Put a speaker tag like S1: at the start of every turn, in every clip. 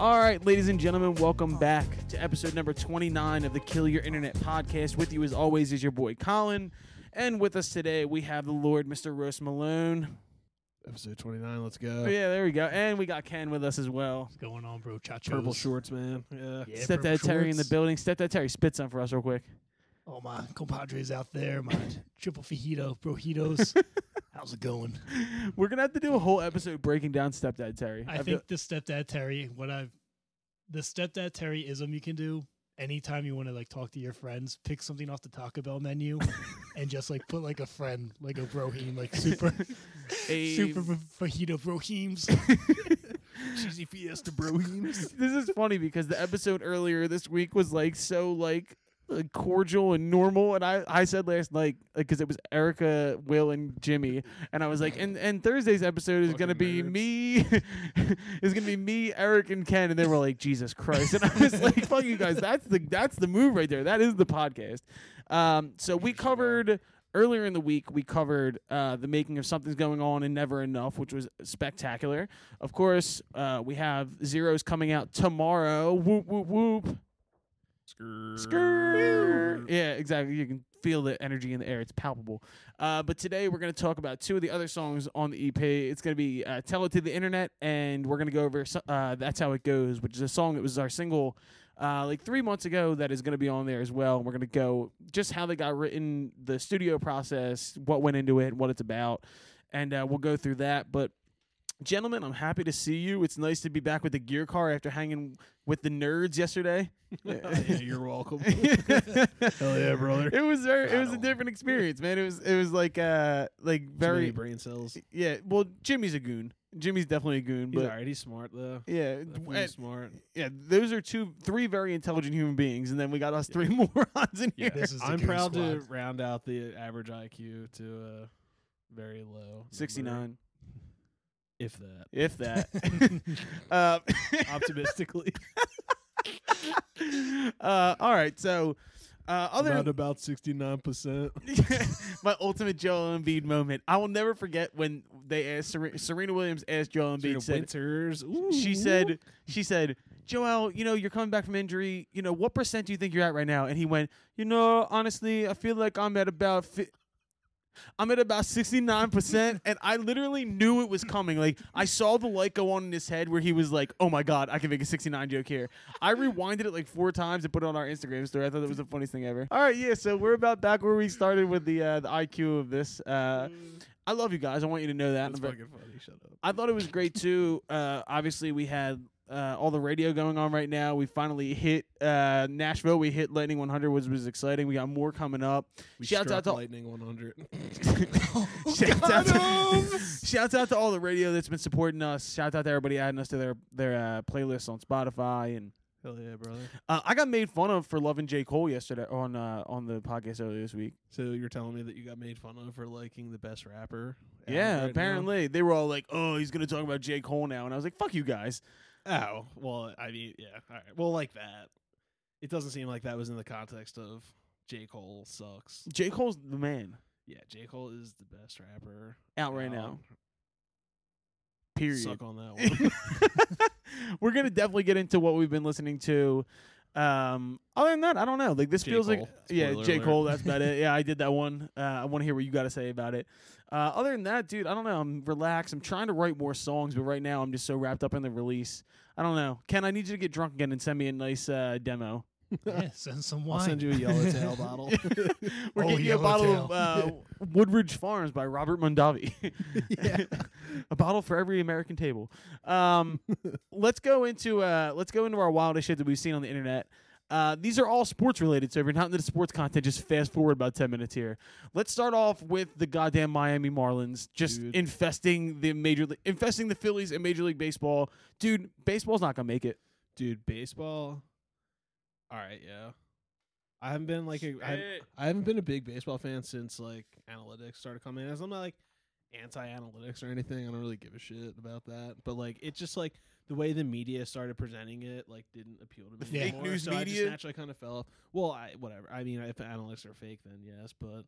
S1: All right, ladies and gentlemen, welcome back to episode number 29 of the Kill Your Internet podcast. With you, as always, is your boy Colin. And with us today, we have the Lord, Mr. Roast Malone.
S2: Episode 29, let's go.
S1: Oh, yeah, there we go. And we got Ken with us as well.
S3: What's going on, bro? Chachos.
S2: Purple shorts, man. Yeah.
S3: Yeah,
S1: Step
S3: purple
S1: Stepdad Terry in the
S3: shorts.
S1: building. Stepdad Terry, spit some for us real quick.
S3: All my compadres out there, my triple fajito, brojitos. How's it going?
S1: We're going to have to do a whole episode breaking down Stepdad Terry.
S3: I
S1: I've
S3: think the stepdad Terry, what I've, the stepdad Terry ism you can do anytime you want to like talk to your friends, pick something off the Taco Bell menu and just like put like a friend, like a brohim, like super,
S1: got a-
S3: super fajito brohims. Cheesy fiesta brohims.
S1: this is funny because the episode earlier this week was like so like like, cordial and normal and i i said last night because it was erica will and jimmy and i was like and and thursday's episode is gonna
S2: Fucking
S1: be
S2: nerds.
S1: me is gonna be me eric and ken and they were like jesus christ and i was like fuck you guys that's the that's the move right there that is the podcast um so we covered earlier in the week we covered uh, the making of something's going on and never enough which was spectacular of course uh, we have zeros coming out tomorrow whoop whoop whoop Skrrr. yeah exactly you can feel the energy in the air it's palpable uh, but today we're going to talk about two of the other songs on the ep it's going to be uh, tell it to the internet and we're going to go over so- uh, that's how it goes which is a song that was our single uh, like three months ago that is going to be on there as well. We're going to go just how they got written, the studio process, what went into it, what it's about, and uh, we'll go through that. But gentlemen, I'm happy to see you. It's nice to be back with the gear car after hanging with the nerds yesterday.
S2: Yeah, you're welcome.
S1: it
S2: Hell yeah, brother.
S1: was very, it was a different experience, man. It was it was like uh like
S2: Very
S1: very
S2: brain cells.
S1: yeah. Well, Jimmy's a goon. Jimmy's definitely a goon,
S2: He's
S1: but
S2: alright. He's smart though.
S1: yeah,
S2: Definitely
S1: and-
S2: smart.
S1: yeah. Those are two, three very intelligent human beings, and then we got us three morons in here.
S3: This is the
S2: I'm
S3: goon
S2: proud to
S3: squad.
S2: round out the average IQ to a very low. number,
S1: 69
S2: if that.
S1: if that uh,
S2: Optimistically.
S1: uh, all right so uh, other
S2: Not about 69%.
S1: my ultimate Joel Embiid moment I will never forget when they asked Ser- Serena Williams asked Joel Embiid said,
S2: Winters.
S1: she
S2: Ooh.
S1: said she said Joel you know you're coming back from injury you know what percent do you think you're at right now and he went you know honestly I feel like I'm at about fi- I'm at about 69%, and I literally knew it was coming. Like, I saw the light go on in his head where he was like, oh my God, I can make a 69 joke here. I rewinded it like four times and put it on our Instagram story. I thought that was the funniest thing ever. All right, yeah, so we're about back where we started with the uh, the IQ of this. Uh, I love you guys. I want you to know that.
S2: That's
S1: I'm very-
S2: fucking funny. Shut up.
S1: I thought it was great too. Uh, obviously, we had uh, all the radio going on right now. We finally hit uh, Nashville. We hit Lightning 100, which was exciting. We got more coming up.
S2: We
S1: Shouts out
S2: struck
S1: to-
S2: Lightning 100.
S1: Shouts out, to, shouts out to all the radio that's been supporting us. Shout out to everybody adding us to their their uh, playlists on Spotify. And
S2: Hell yeah, brother.
S1: uh, I got made fun of for loving J Cole yesterday on uh, on the podcast earlier this week.
S2: So you're telling me that you got made fun of for liking the best rapper? out
S1: yeah,
S2: right now?
S1: apparently they were all like, "Oh, he's gonna talk about J Cole now," and I was like, "Fuck you guys."
S2: Oh, well, I mean, yeah. All right. Well, like that. It doesn't seem like that was in the context of J. Cole sucks.
S1: J Cole's the man
S2: Yeah, J. Cole is the best rapper.
S1: out right
S2: out.
S1: now. Period.
S2: Suck on that one.
S1: we're gonna definitely get into what we've been listening to. Um, other than that, I don't know. Like this
S2: J.
S1: feels like
S2: Cole.
S1: yeah,
S2: Spoiler
S1: J
S2: alert.
S1: Cole. That's about it. Yeah, I did that one. Uh, I want to hear what you got to say about it. Uh, other than that, dude, I don't know. I'm relaxed. I'm trying to write more songs, but right now I'm just so wrapped up in the release. I don't know. Ken, I need you to get drunk again and send me a nice uh, demo.
S3: Yeah, send some
S2: I'll
S3: wine.
S2: send you a yellowtail bottle.
S1: We're
S3: Oh,
S1: getting you a bottle of uh,
S3: Yellowtail.
S1: Woodridge Farms by Robert Mondavi.
S2: yeah.
S1: a bottle for every American table. Um, let's go into uh, let's go into our wildest shit that we've seen on the internet. Uh, these are all sports related, so if you're not into the sports content, just fast forward about ten minutes here. Let's start off with the goddamn Miami Marlins just
S2: Dude.
S1: infesting the major, league infesting the Phillies in Major League Baseball. Dude, baseball's not gonna make it.
S2: Dude, baseball. All right, yeah. I haven't been like a. I, I haven't been a big baseball fan since like analytics started coming in. As I'm not like anti analytics or anything. I don't really give a shit about that. But like it just like the way the media started presenting it like didn't appeal to me.
S3: fake
S2: anymore,
S1: news
S2: so I just
S1: media?
S2: naturally kind of fell off. Well, I whatever. I mean, if analytics are fake, then yes. But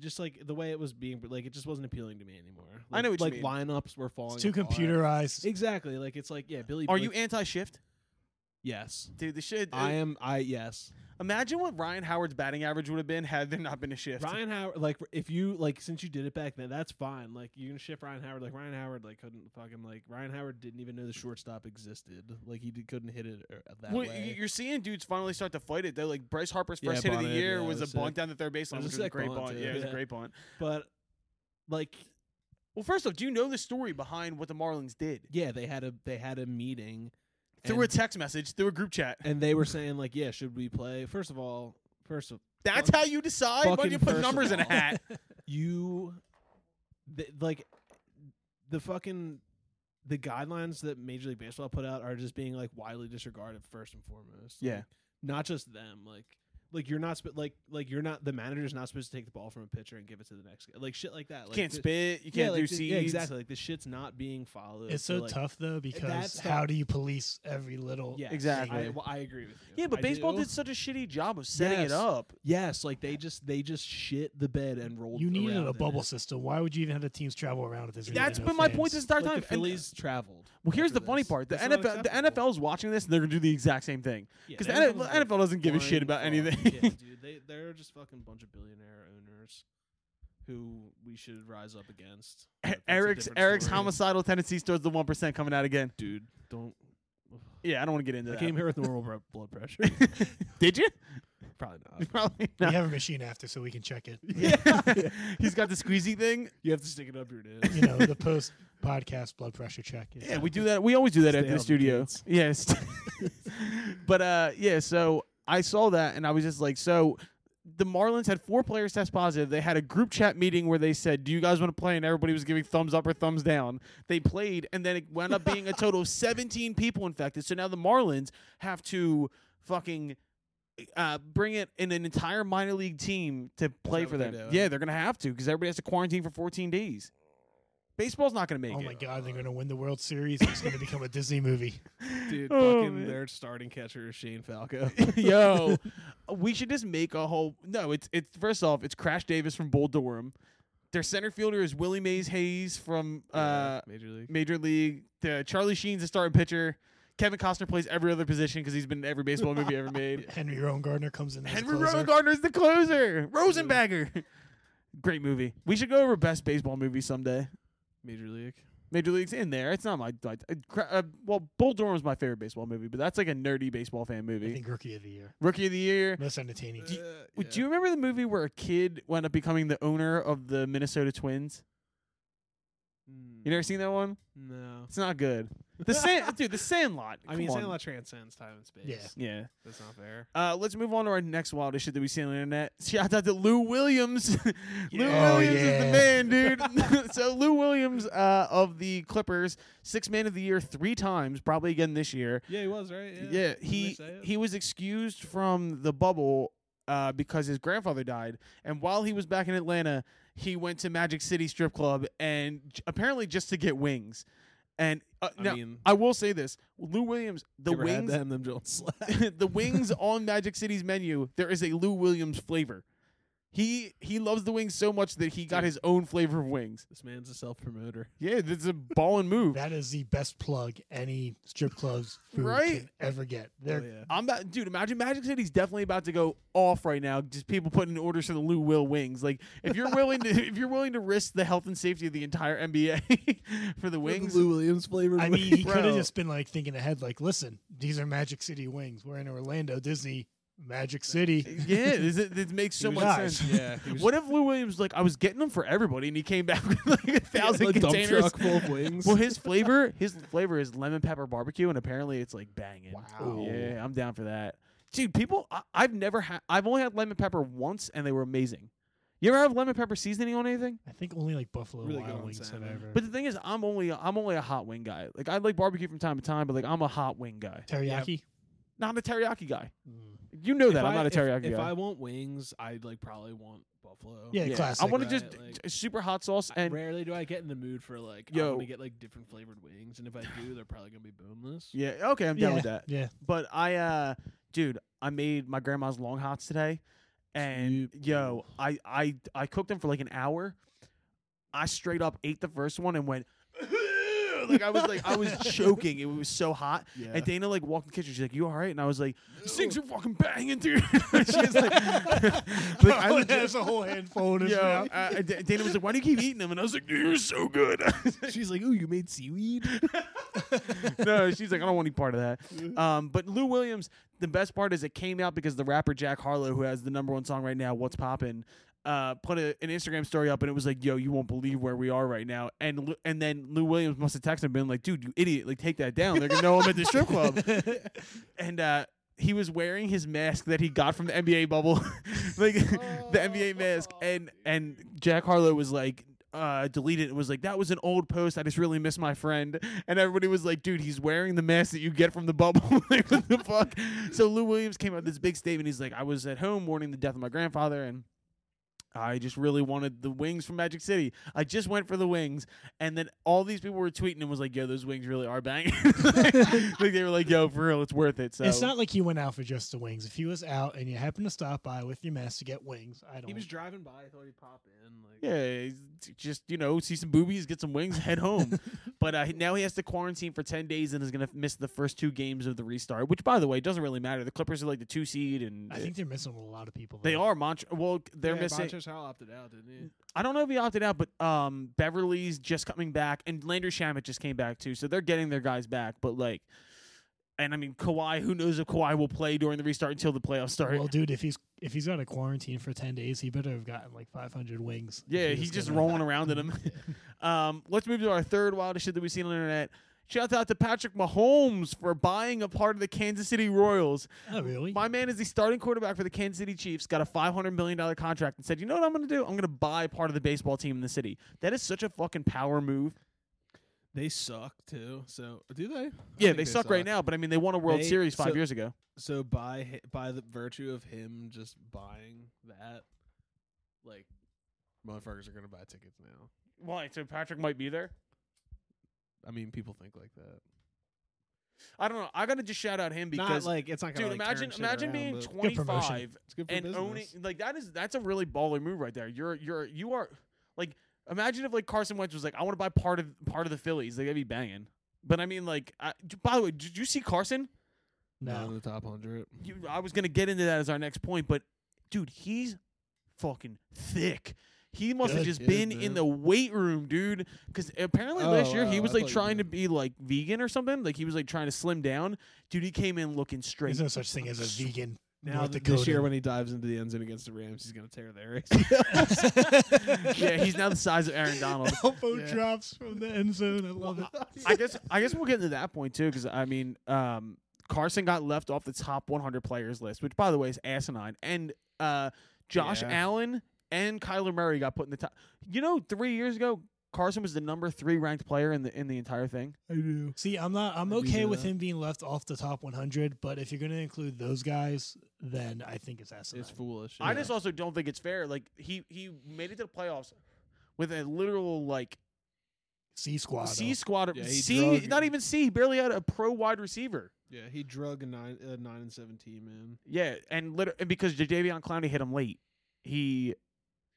S2: just like the way it was being, like it just wasn't appealing to me anymore.
S1: I know
S2: Like-
S1: what you
S2: like lineups were falling.
S3: It's too
S2: apart.
S3: computerized.
S2: Exactly. Like it's like yeah, Billy.
S1: Are
S2: Blake-
S1: you anti-shift,
S2: yes.
S1: dude? The shit.
S2: I am. I yes.
S1: imagine what Ryan Howard's batting average would have been had there not been a shift.
S2: Ryan Howard, like if you like since you did it back then, that's fine. Like you can ship Ryan Howard. Like Ryan Howard, like couldn't fucking like Ryan Howard didn't even know the shortstop existed. Like he did, couldn't hit it er, that
S1: Well, y-
S2: way.
S1: you're seeing dudes finally start to fight it though. Like Bryce Harper's
S2: Yeah,
S1: first hit of the
S2: bunted,
S1: year
S2: yeah,
S1: was a
S2: it was
S1: bunt
S2: sick.
S1: down the third baseline,
S2: was a
S1: which was a
S2: sick
S1: great
S2: bunt,
S1: bunt.
S2: too,
S1: Yeah, it was a
S2: yeah.
S1: great bunt.
S2: But like
S1: Well, first off, do you know the story behind what the Marlins did?
S2: yeah, they had a they had a meeting
S1: Through a
S2: and,
S1: text message, through a group chat.
S2: and they were saying like yeah, should we play? First of all, first of
S1: That's how you decide when
S2: fucking
S1: you put
S2: first of
S1: numbers in a
S2: all.
S1: hat.
S2: you th- like the fucking the guidelines that Major League Baseball put out are just being like widely disregarded first and foremost.
S1: Yeah.
S2: Like, not just them. Like like you're not sp- like like you're not the manager's not supposed to take the ball from a pitcher and give it to the next guy. Like shit like that.
S1: You
S2: Like
S1: can't
S2: the-
S1: spit. You
S2: yeah,
S1: can't
S2: like
S1: do
S2: the-
S1: seeds.
S2: Yeah, exactly. Like the shit's not being followed.
S3: It's so
S2: like,
S3: tough though because
S2: that's
S3: how
S2: not-
S3: do you police every little?
S2: Yes,
S1: Exactly.
S2: I, well, I agree with you.
S1: Yeah, but
S2: I
S1: baseball
S2: do.
S1: did such a shitty job of setting
S2: Yes.
S1: it up.
S2: Yes, like they just they just shit the bed and rolled.
S3: You needed
S2: around
S3: a
S2: in
S3: bubble
S2: it.
S3: system. Why would you even have the teams travel around if there's really
S1: That's
S3: no
S1: been my
S3: fans?
S1: point this entire
S2: Like
S1: time.
S2: the
S1: And-
S2: Phillies traveled.
S1: well, here's
S2: after
S1: the funny
S2: this.
S1: part: the
S2: That's not
S1: NFL, the
S2: acceptable.
S1: NFL's watching this, and they're gonna do the exact same thing because
S2: Yeah,
S1: the
S2: everyone's
S1: NFL, doesn't give a
S2: blind
S1: shit about
S2: fuck.
S1: anything.
S2: yeah, dude, they they're just fucking bunch of billionaire owners who we should rise up against. But that's a
S1: E, Eric's
S2: different
S1: Eric's
S2: story.
S1: homicidal tendencies towards the one percent coming out again.
S2: dude. Don't.
S1: Yeah, I don't want to get into
S2: I
S1: that.
S2: came here with normal bro- blood pressure.
S1: Did you?
S2: Probably not.
S1: Probably
S3: We
S1: not.
S3: have a machine after, so we can check it.
S1: Yeah. He's got the squeezy thing.
S2: You have to stick it up your nose.
S3: You know, the post podcast blood pressure check. is-
S1: Yeah, we do that. We always do that
S2: Stay
S1: at the
S2: healthy,
S1: studio.
S2: kids.
S1: Yes. but uh yeah, so I saw that and I was just like, so the Marlins had four players test positive. They had a group chat meeting where they said, "Do you guys want to play?" and everybody was giving thumbs up or thumbs down. They played and then it wound up being a total of 17 people infected. So now the Marlins have to fucking uh, bring it in an entire minor league team to play
S2: that
S1: for
S2: what
S1: them.
S2: they're doing?
S1: yeah, they're gonna have to because everybody has to quarantine for 14 days. Baseball's not gonna make
S3: Oh
S1: it.
S3: my god, they're gonna win the World Series. It's gonna become a Disney movie.
S2: Dude,
S1: Oh,
S2: fucking
S1: man.
S2: their starting catcher is Shane Falco.
S1: Yo, we should just make a whole. No, it's it's first off, it's Crash Davis from Bull Durham. Their center fielder is Willie Mays Hayes from uh,
S2: Yeah, Major League.
S1: Major League. The Charlie Sheen's a starting pitcher. Kevin Costner plays every other position because he's been in every baseball movie ever made.
S3: Henry Rowan Gardner comes in. As
S1: Henry
S3: a closer.
S1: Rosengartner's the closer. Rosenbagger. Great movie. We should go over best baseball movie someday.
S2: Major League.
S1: Major League's in there. It's not my, my uh, Cra- uh, well, Bull Durham's my favorite baseball movie, but that's like a nerdy baseball fan
S3: I
S1: movie.
S3: think Rookie of the Year,
S1: Rookie of the Year.
S3: most entertaining.
S1: Do you-
S2: Uh,
S1: Wait, Do you remember the movie where a kid wound up becoming the owner of the Minnesota Twins? You never seen that one?
S2: Mm, No.
S1: It's not good. The sand, dude, the Sandlot.
S2: I mean,
S1: Come on.
S2: Sandlot transcends time and space.
S3: Yeah.
S1: Yeah.
S2: That's not fair.
S1: Uh, let's move on to our next wildest shit that we see on the internet. Shout out to Lou Williams. Lou
S3: Yeah. Oh,
S1: Williams
S3: yeah.
S1: is the man, dude. so Lou Williams uh, of the Clippers, six man of the year three times, probably again this year.
S2: Yeah, he was right. Yeah,
S1: Yeah,
S2: Didn't they
S1: he
S2: say it?
S1: he was excused from the bubble uh, because his grandfather died, and while he was back in Atlanta, he went to Magic City strip club and j- apparently just to get wings. And uh,
S2: I
S1: now
S2: mean,
S1: I will say this: Lou Williams, the
S2: you ever had
S1: wings,
S2: that in them Jones slap.
S1: the wings on Magic City's menu, there is a Lou Williams flavor. He he loves the wings so much that he got
S2: Dude.
S1: his own flavor of wings.
S2: This man's a self promoter.
S1: Yeah, this is a ball and move.
S3: That is the best plug any strip clubs food
S1: Right?
S3: can ever get. They're
S2: Oh, yeah.
S1: I'm about, dude. Imagine Magic City's definitely about to go off right now. Just people putting in orders for the Lou Will wings. Like if you're willing to, if you're willing to risk the health and safety of the entire NBA for the wings,
S2: Lou Williams flavored.
S3: I mean, he
S1: Bro.
S3: could have just been like thinking ahead, like, listen, these are Magic City wings. We're in Orlando, Disney, Magic City.
S1: yeah, this, is- this makes so
S2: He
S1: much
S2: was
S3: just-
S1: sense.
S2: yeah. he was
S1: What if Lou Williams like I was getting them for everybody, and he came back with like a thousand
S2: like
S1: containers?
S2: Dump truck full of wings.
S1: Well, his flavor, his flavor is lemon pepper barbecue, and apparently it's like banging.
S3: Wow.
S1: Yeah, I'm down for that, dude. People, I, I've never had. I've only had lemon pepper once, and they were amazing. You ever have lemon pepper seasoning on anything?
S3: I think only like Buffalo
S2: Really good
S3: Wild
S2: on
S3: Wings have
S2: salmon.
S3: ever.
S1: But the thing is, I'm only I'm only a hot wing guy. Like I like barbecue from time to time, but like I'm a hot wing guy.
S3: teriyaki.
S1: Not I'm a teriyaki guy.
S3: Mm.
S1: You know
S2: If
S1: that I'm
S2: I-
S1: not a
S2: if-
S1: teriyaki
S2: If,
S1: guy.
S2: I want wings, I'd like probably want buffalo.
S3: Yeah,
S1: I
S3: classic.
S1: want
S2: right?
S1: to just
S2: Like,
S1: t- super hot sauce
S2: I-
S1: and
S2: rarely do I get in the mood for like. I
S1: Yo.
S2: want to get like different flavored wings, and if I do, they're probably gonna be boneless.
S1: yeah. Okay, I'm down
S3: yeah,
S1: with that.
S3: Yeah.
S1: But I, uh dude, I made my grandma's long hots today, and
S2: Jeepers.
S1: yo, I I I cooked them for like an hour. I straight up ate the first one and went like I was like I was choking. It was so hot.
S2: Yeah.
S1: And Dana like walked in the kitchen. She's like, "You all right?" And I was like, "These things are fucking banging, dude." She's like, like, I
S3: Owen
S1: legit-
S3: has a whole handful in his
S1: Yo,
S3: mouth.
S1: uh, D- Dana was like, "Why do you keep eating them?" And I was like, "You're so good."
S2: She's like, "Ooh, you made seaweed."
S1: no, she's like, "I don't want any part of that." Um, but Lou Williams, the best part is it came out because the rapper Jack Harlow, who has the number one song right now, "What's Poppin'," uh, put a, an Instagram story up, and it was like, "Yo, you won't believe where we are right now." And Lou- and then Lou Williams must have texted him, been like, "Dude, you idiot! Like, take that down. They're gonna know I'm at the strip club." and uh, he was wearing his mask that he got from the NBA bubble, like the NBA mask. And and Jack Harlow was like. Uh, deleted it was like that was an old post. I just really miss my friend, and everybody was like, "Dude, he's wearing the mask that you get from the bubble." like, what the fuck? So Lou Williams came out with this big statement. He's like, "I was at home mourning the death of my grandfather, and I just really wanted the wings from Magic City. I just went for the wings, and then all these people were tweeting and was like, "Yo, those wings really are banging." like they were like, "Yo, for real, it's worth it." So
S3: It's not like he went out for just the wings. If he was out and you happen to stop by with your mask to get wings, I don't.
S2: he was driving by. I thought he'd pop in. Like,
S1: Yeah, it's just you know, see some boobies, get some wings, head home. but uh, now he has to quarantine for ten days and is going to miss the first two games of the restart. Which, by the way, doesn't really matter. The Clippers are like the two seed, and
S3: I think they're missing a lot of people.
S1: they
S3: though.
S1: are Mont. Well, they're
S2: yeah,
S1: missing.
S2: Montrezl Harrell opted out, didn't he?
S1: I don't know if he opted out, but um, Beverly's just coming back, and Landry Shamet just came back too, so they're getting their guys back. But like, and I mean Kawhi, who knows if Kawhi will play during the restart until the playoffs start?
S3: Well, dude, if he's if he's got a quarantine for ten days, he better have gotten like five hundred wings. if
S1: yeah,
S3: he
S1: he's
S3: was
S1: just
S3: gonna-
S1: rolling around in them. um, let's move to our third wildest shit that we've seen on the internet. Shout out to Patrick Mahomes for buying a part of the Kansas City Royals.
S3: Oh, really?
S1: My man is the starting quarterback for the Kansas City Chiefs, got a $500 million contract, and said, You know what I'm going to do? I'm going to buy part of the baseball team in the city. That is such a fucking power move.
S2: They suck too. So do they? I
S1: Yeah,
S2: think
S1: they suck right now, but I mean, they won a World
S2: They-
S1: Series five
S2: so-
S1: years ago.
S2: So by hi- by the virtue of him just buying that, like motherfuckers are gonna buy tickets now.
S1: Why? So Patrick might be there.
S2: I mean, people think like that.
S1: I don't know. I gotta just shout out him because,
S2: Not like it's not gonna.
S1: dude,
S2: like, turn
S1: imagine
S2: shit
S1: imagine
S2: around,
S1: being
S2: but
S1: twenty five
S3: promotion.
S2: It's good for
S1: and
S2: business.
S1: owning like that is that's a really baller move right there. You're you're you are like imagine if like Carson Wentz was like I want to buy part of part of the Phillies. Like that'd be banging. But I mean, like, I, d- by the way, did you see Carson?
S2: Not in
S3: no,
S2: the top hundred.
S1: You, I was gonna get into that as our next point, but dude, he's fucking thick. He must have
S3: Good
S1: just
S2: kid,
S1: been in
S2: man.
S1: the weight room, dude. Because apparently last
S2: Oh,
S1: year he
S2: wow,
S1: was
S2: I
S1: like
S2: thought you
S1: trying to
S2: meant-
S1: be like vegan or something. Like he was like trying to slim down. Dude, he came in looking straight.
S3: there's no such thing as a vegan.
S2: Now
S3: North
S2: th-
S3: Dakota.
S2: this year, when he dives into the end zone against the Rams, he's gonna tear their
S1: yeah, he's now the size of Aaron Donald.
S3: elbow
S2: Yeah.
S3: drops from the end zone. I love it.
S1: I guess I guess we'll get into that point too, because I mean, um, Carson got left off the top 100 players list, which by the way is asinine. And uh, Josh
S2: Yeah.
S1: Allen and Kyler Murray got put in the top. You know, three years ago, Carson was the number three ranked player in the in the entire thing.
S2: I do.
S3: See, I'm not. I'm
S2: I do
S3: okay
S2: know
S3: with
S2: that.
S3: him being left off the top 100, but if you're going to include those guys, then I think it's asinine.
S2: It's foolish.
S1: I
S2: yeah.
S1: just also don't think it's fair. Like he he made it to the playoffs with a literal like
S3: C squad.
S1: C
S3: though.
S1: squad,
S2: Yeah, he
S1: C
S2: drug-
S1: not even C, he barely had a pro wide receiver.
S2: yeah, he drug a nine a nine and seventeen man.
S1: Yeah, and liter- and because Jadavion Clowney hit him late, he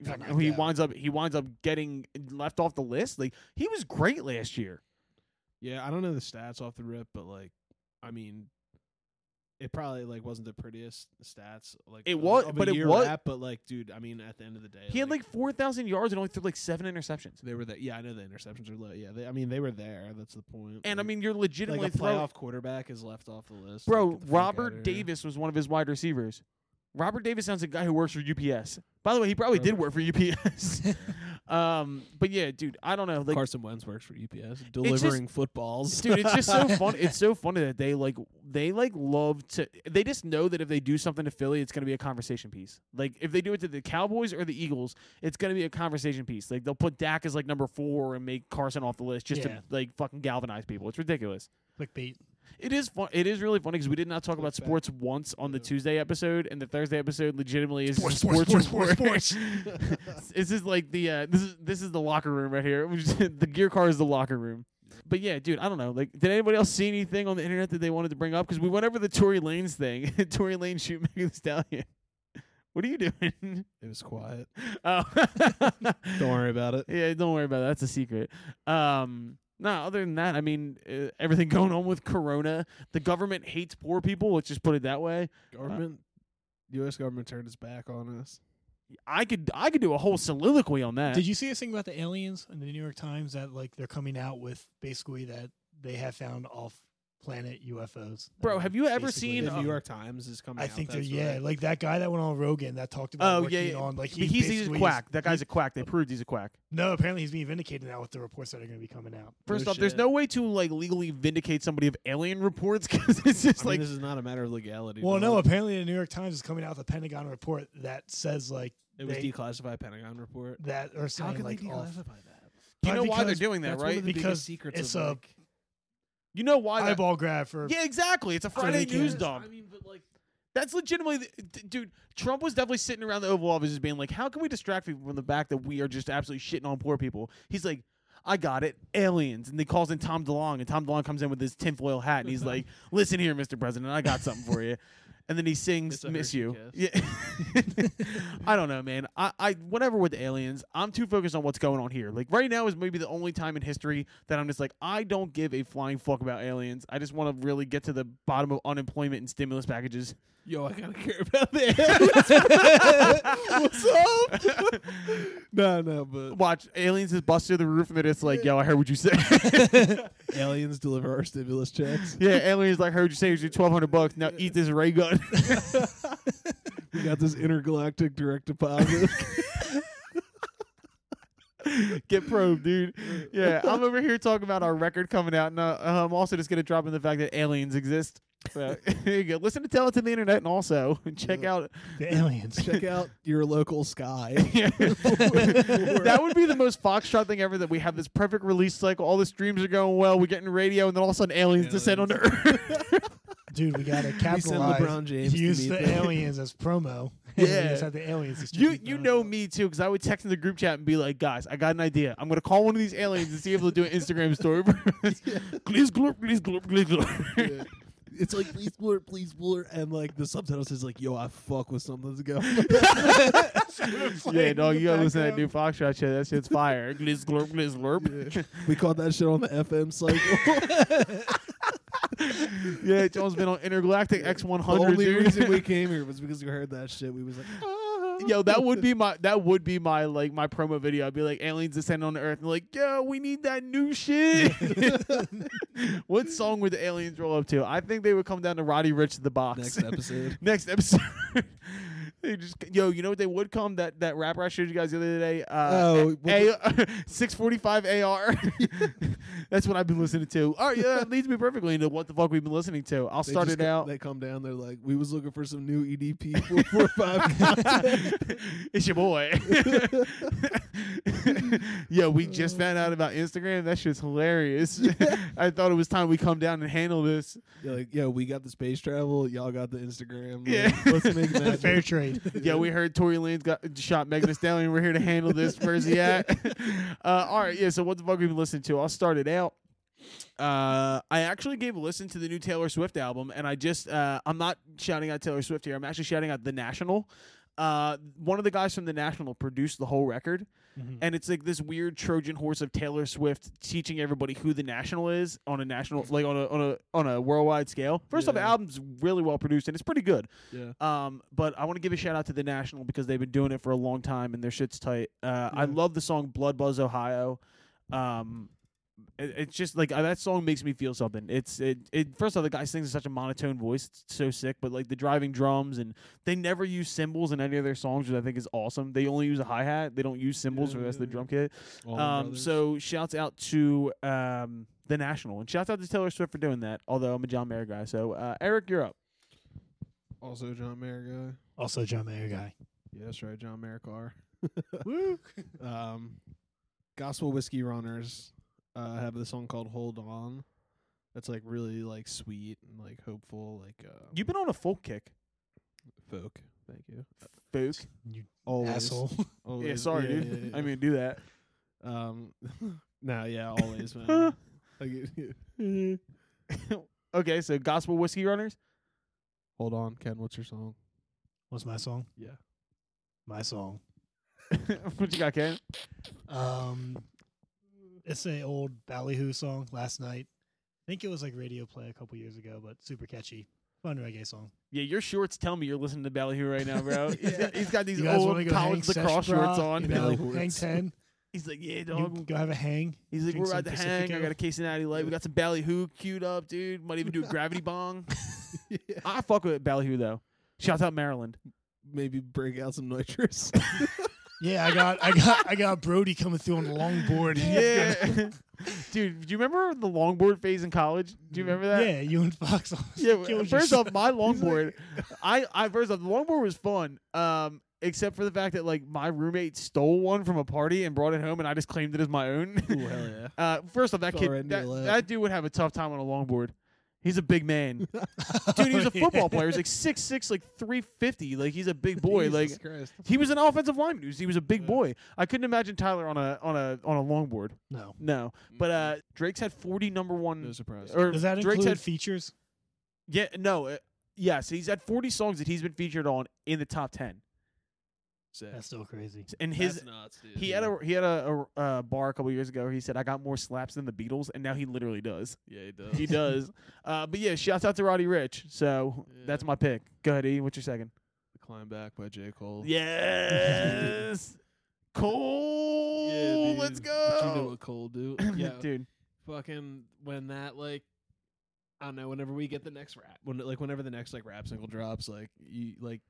S3: Got
S1: fucking-
S3: knocked
S1: he
S3: out.
S1: winds up he winds up getting left off the list. Like he was great last year.
S2: Yeah, I don't know the stats off the rip, but like, I mean, it probably like wasn't the prettiest stats. Like
S1: It
S2: of-
S1: wa-
S2: of a
S1: but it
S2: year
S1: wa-
S2: rap, but like, dude, I mean, at the end of the day,
S1: He had like four thousand yards and only threw like seven interceptions.
S2: they were there. Yeah, I know the interceptions are low. Yeah, they, I mean, they were there. That's the point.
S1: And I
S2: Like-
S1: mean, you're legitimately
S2: like a
S1: throwing-
S2: playoff quarterback is left off the list.
S1: bro.
S2: Like, get the fuck outta
S1: Robert
S2: here.
S1: Davis was one of his wide receivers. Robert Davis sounds like a guy who works for UPS. By the way, he probably did work for UPS. um, but yeah, dude, I don't know. Like,
S2: Carson Wentz works for UPS, delivering footballs.
S1: dude it's just so fun it's so funny that they like they like love to they just know that if they do something to philly it's going to be a conversation piece like if they do it to the cowboys or the eagles it's going to be a conversation piece like they'll put Dak as like number four and make carson off the list just
S3: Yeah.
S1: to like fucking galvanize people it's ridiculous
S3: clickbait.
S1: it is fun it is really funny because we did not talk about
S2: Look back.
S1: sports once on the
S2: Yeah.
S1: tuesday episode and the thursday episode legitimately is just
S3: Sports, sports,
S1: sports
S3: sports,
S1: report.
S3: sports,
S1: this is like the uh, this is this is the locker room right here. We just- the gear car is the locker room. But yeah, dude, I don't know. Like, did anybody else see anything on the internet that they wanted to bring up? Because we went over the Tory Lanes thing, Tory Lane shoot Megan Thee Stallion. What are you doing?
S2: It was quiet.
S1: oh,
S2: Don't worry about it.
S1: yeah, don't worry about that. That's a secret. Um, no, other than that, I mean, uh, everything going on with Corona, the government hates poor people. Let's just put it that way.
S2: Government, U.S. government turned its back on us.
S1: I could, I could do a whole soliloquy on that.
S3: Did you see this thing about the aliens in the New York Times that like they're coming out with basically that they have found off planet UFOs?
S1: Bro, have you ever
S3: Basically,
S1: seen, uh,
S2: The
S1: know-
S2: New York Times is coming.
S3: I
S2: out,
S3: think they're
S2: that's
S3: yeah,
S2: right.
S3: like that guy that went on Rogan that talked about
S1: oh yeah,
S3: working
S1: yeah.
S3: on like
S1: But he's he's
S3: basically
S1: a
S3: is-
S1: quack. That guy's a quack. They proved he's a quack.
S3: no, apparently he's being vindicated now with the reports that are going to be coming out.
S1: First
S2: No
S1: off, there's
S2: shit.
S1: no way to like legally vindicate somebody of alien reports because it's
S2: I
S1: just
S2: mean,
S1: like
S2: this is not a matter of legality.
S3: well,
S2: but
S3: no, apparently the New York Times is coming out with a Pentagon report that says like
S2: it was
S3: they-
S2: declassified Pentagon report.
S3: that or something like off.
S2: that?
S1: you know why they're
S3: because
S1: doing that,
S2: That's one
S1: right?
S2: of the
S3: Because
S2: biggest secrets
S3: it's
S2: of
S3: a-
S2: like,
S1: You know why? That,
S3: eyeball grab for
S1: yeah, exactly. It's a Friday
S3: they can-
S1: news
S3: Yes,
S1: dump.
S2: I mean, but like
S1: That's legitimately, the, d- dude. Trump was definitely sitting around the Oval Office, just being like, "How can we distract people from the fact that we are just absolutely shitting on poor people?" He's like, "I got it, aliens." And they calls in Tom DeLong, and Tom DeLong comes in with his tinfoil hat, and he's like, "Listen here, Mr. President, I got something for you." And then he sings
S2: It's a
S1: "Miss
S2: Hershey
S1: You." Yeah. I don't know, man. I, I whatever with the aliens, I'm too focused on what's going on here. Like right now is maybe the only time in history that I'm just like, I don't give a flying fuck about aliens. I just want to really get to the bottom of unemployment and stimulus packages.
S2: Yo, I gotta care about that. What's up? no, no, but
S1: Watch aliens just bust through the roof and they're just like, "Yo, I heard what you said."
S2: aliens deliver our stimulus checks.
S1: yeah, aliens like heard you say it was your twelve hundred bucks. Now eat this ray gun.
S2: We got this intergalactic direct deposit.
S1: Get probed, dude. Yeah, I'm over here talking about our record coming out, and uh, I'm also just gonna drop in the fact that aliens exist. So there you go. Listen to Tell It to the Internet, and also check
S2: Yeah.
S1: out.
S3: the aliens.
S2: Check out your local sky.
S1: Yeah. that would be the most foxtrot thing ever. That we have this perfect release cycle. All the streams are going well. We get in radio, and then all of a sudden, aliens, descend on Earth.
S3: Dude, we got to
S2: send
S3: capitalize.
S2: LeBron James to
S3: Use
S2: meet
S3: the
S2: them.
S3: aliens as promo.
S1: Yeah.
S3: And we just have the aliens.
S1: You
S3: distribute
S1: you
S3: them.
S1: know me too, because I would text in the group chat and be like, guys, I got an idea. I'm gonna call one of these aliens and see if they'll do an Instagram story. Please glorp, please glorp, please glorp.
S2: Yeah. It's like please blur, please blur, and like the subtitle says like, "Yo, I fuck with something to go."
S1: Yeah,
S3: Playing
S1: dog,
S3: in
S1: you
S3: the
S1: gotta listen to that
S3: background.
S1: new Foxtrot shit. That shit's fire. Glitz glorp, glitz glorp. Yeah.
S2: we called that shit on the FM cycle.
S1: John's been on Intergalactic
S2: the
S1: X100.
S2: only
S1: dude.
S2: reason we came here was because we heard that shit. We was like, ah.
S1: Yo, that would be my that would be my like my promo video. I'd be like aliens descend on Earth and like, yo, we need that new shit. what song would the aliens roll up to? I think they would come down to Roddy Rich the box.
S2: next episode.
S1: Next episode. they just yo, you know what they would come that that rapper I showed you guys the other day. Uh,
S2: Oh,
S1: a six forty five AR. That's what I've been listening to. All right, yeah, that leads me perfectly into what the fuck we've been listening to. I'll
S2: They
S1: start
S2: just
S1: it
S2: co-
S1: out.
S2: They come down. They're like, we was looking for some new E EDP four four five.
S1: it's your boy. Yo, we just found out about Instagram. That shit's hilarious. I thought it was time we come down and handle this.
S2: You're like, yo, we got the space travel. Y'all got the Instagram. like,
S1: Yeah.
S2: let's make
S3: the
S2: that.
S3: fair trade.
S1: Yeah, we heard Tory Lanez got shot Megan Thee Stallion. We're here to handle this. Where's he at? Uh, all right, yeah. So what the fuck we been listening to? I'll start it out. Uh, I actually gave a listen to the new Taylor Swift album, and I just uh, I'm not shouting out Taylor Swift here. I'm actually shouting out The National. Uh, one of the guys from The National produced the whole record,
S3: Mhm.
S1: and it's like this weird Trojan horse of Taylor Swift teaching everybody who the national is on a national, like on a on a on a worldwide scale. First off, the
S2: Yeah.
S1: album's really well produced and it's pretty good.
S2: Yeah.
S1: Um, but I want to give a shout out to the national because they've been doing it for a long time and their shit's tight. Uh, I
S2: Yeah.
S1: love the song Blood Buzz Ohio. Um. it- It's just like uh, that song makes me feel something. It's it, it. First off, the guy sings in such a monotone voice; it's so sick. But like the driving drums, and they never use cymbals in any of their songs, which I think is awesome. They only use a hi hat. They don't use cymbals for the
S2: Yeah,
S1: rest of
S2: yeah,
S1: the
S2: yeah.
S1: drum kit. Um, so shouts out to um, the National and shouts out to Taylor Swift for doing that. Although I'm a John Mayer guy, so uh, Eric, you're up.
S2: also John Mayer guy.
S3: Also, John Mayer guy.
S2: Yeah, that's right, John Mayer car.
S3: Woo.
S2: Um, Gospel Whiskey Runners uh, have this song called "Hold On." That's like really like sweet and like hopeful, like uh,
S1: You've been on a folk kick,
S2: folk. Thank you.
S1: folk.
S3: You
S2: Always.
S3: asshole.
S1: Yeah,
S2: Always.
S1: sorry,
S2: Yeah,
S1: dude.
S2: yeah, yeah.
S1: I mean, do that.
S2: um, no, yeah, always, man. Like, it-
S1: okay, so gospel whiskey runners.
S2: Hold on, Ken. What's your song?
S3: What's my song?
S2: Yeah.
S3: my song.
S1: what you got, Ken?
S3: Um, it's an old Ballyhoo song. Last night, I think it was like radio play a couple years ago, but super catchy, fun reggae song.
S1: Yeah, your shorts tell me you're listening to Ballyhoo right now, bro. He's got, he's got these
S3: You guys want to
S1: old
S3: go hang
S1: college lacrosse
S3: sesh, brah,
S1: shorts on.
S3: You know,
S2: Ballyhoo.
S3: hang ten.
S1: He's like, yeah,
S3: You
S1: dog.
S3: go have a hang.
S1: He's like,
S3: drink
S1: we're
S3: some
S1: about to hang. I
S3: Pacifico."
S1: got a case of Natty Light. We got some Ballyhoo queued up, dude. Might even do a gravity bong. I fuck with Ballyhoo though. Shouts out Maryland.
S2: Maybe break out some nitrous.
S3: Yeah, I got, I got, I got Brody coming through on the longboard.
S1: dude. Do you remember the longboard phase in college? Do you remember that?
S3: yeah, you and Fox.
S1: Yeah, w-
S3: almost killed
S1: first
S3: yourself.
S1: off, my longboard, I, I first off, the longboard was fun. Um, except for the fact that like my roommate stole one from a party and brought it home, and I just claimed it as my own.
S2: Ooh, hell yeah.
S1: Uh, first off, that
S2: Fell
S1: kid,
S2: right in your
S1: that,
S2: lap.
S1: that dude would have a tough time on a longboard. He's a big man, dude.
S2: Oh,
S1: He's a football player. He's like six six, like three fifty. Like he's a big boy. like
S2: Jesus Christ.
S1: he was an offensive lineman. He was, he was a big
S2: Yeah.
S1: boy. I couldn't imagine Tyler on a on a on a longboard.
S3: No.
S1: No, but uh, Drake's had forty number one.
S2: no surprise.
S1: or
S3: Does that
S1: Drake's
S3: include
S1: had
S3: features?
S1: yeah, no, uh, yes, he's had 40 songs that he's been featured on in the top 10.
S2: Sick.
S3: That's still crazy.
S1: And his
S2: That's nuts, dude.
S1: he had a he had a, a uh, bar a couple years ago where he said I got more slaps than the Beatles, and now he literally does.
S2: yeah, he does.
S1: He does. Uh, but yeah, shouts out to Roddy Rich. So that's
S2: Yeah.
S1: my pick. Go ahead, E. What's your second?
S2: The Climb Back by J. Cole.
S1: Yes, Cole.
S2: Yeah, dude.
S1: Let's
S2: But You know
S1: go,
S2: what Cole do? Yeah,
S1: dude.
S2: fucking when that like I don't know. Whenever we get the next rap, when like whenever the next like rap single drops, like you like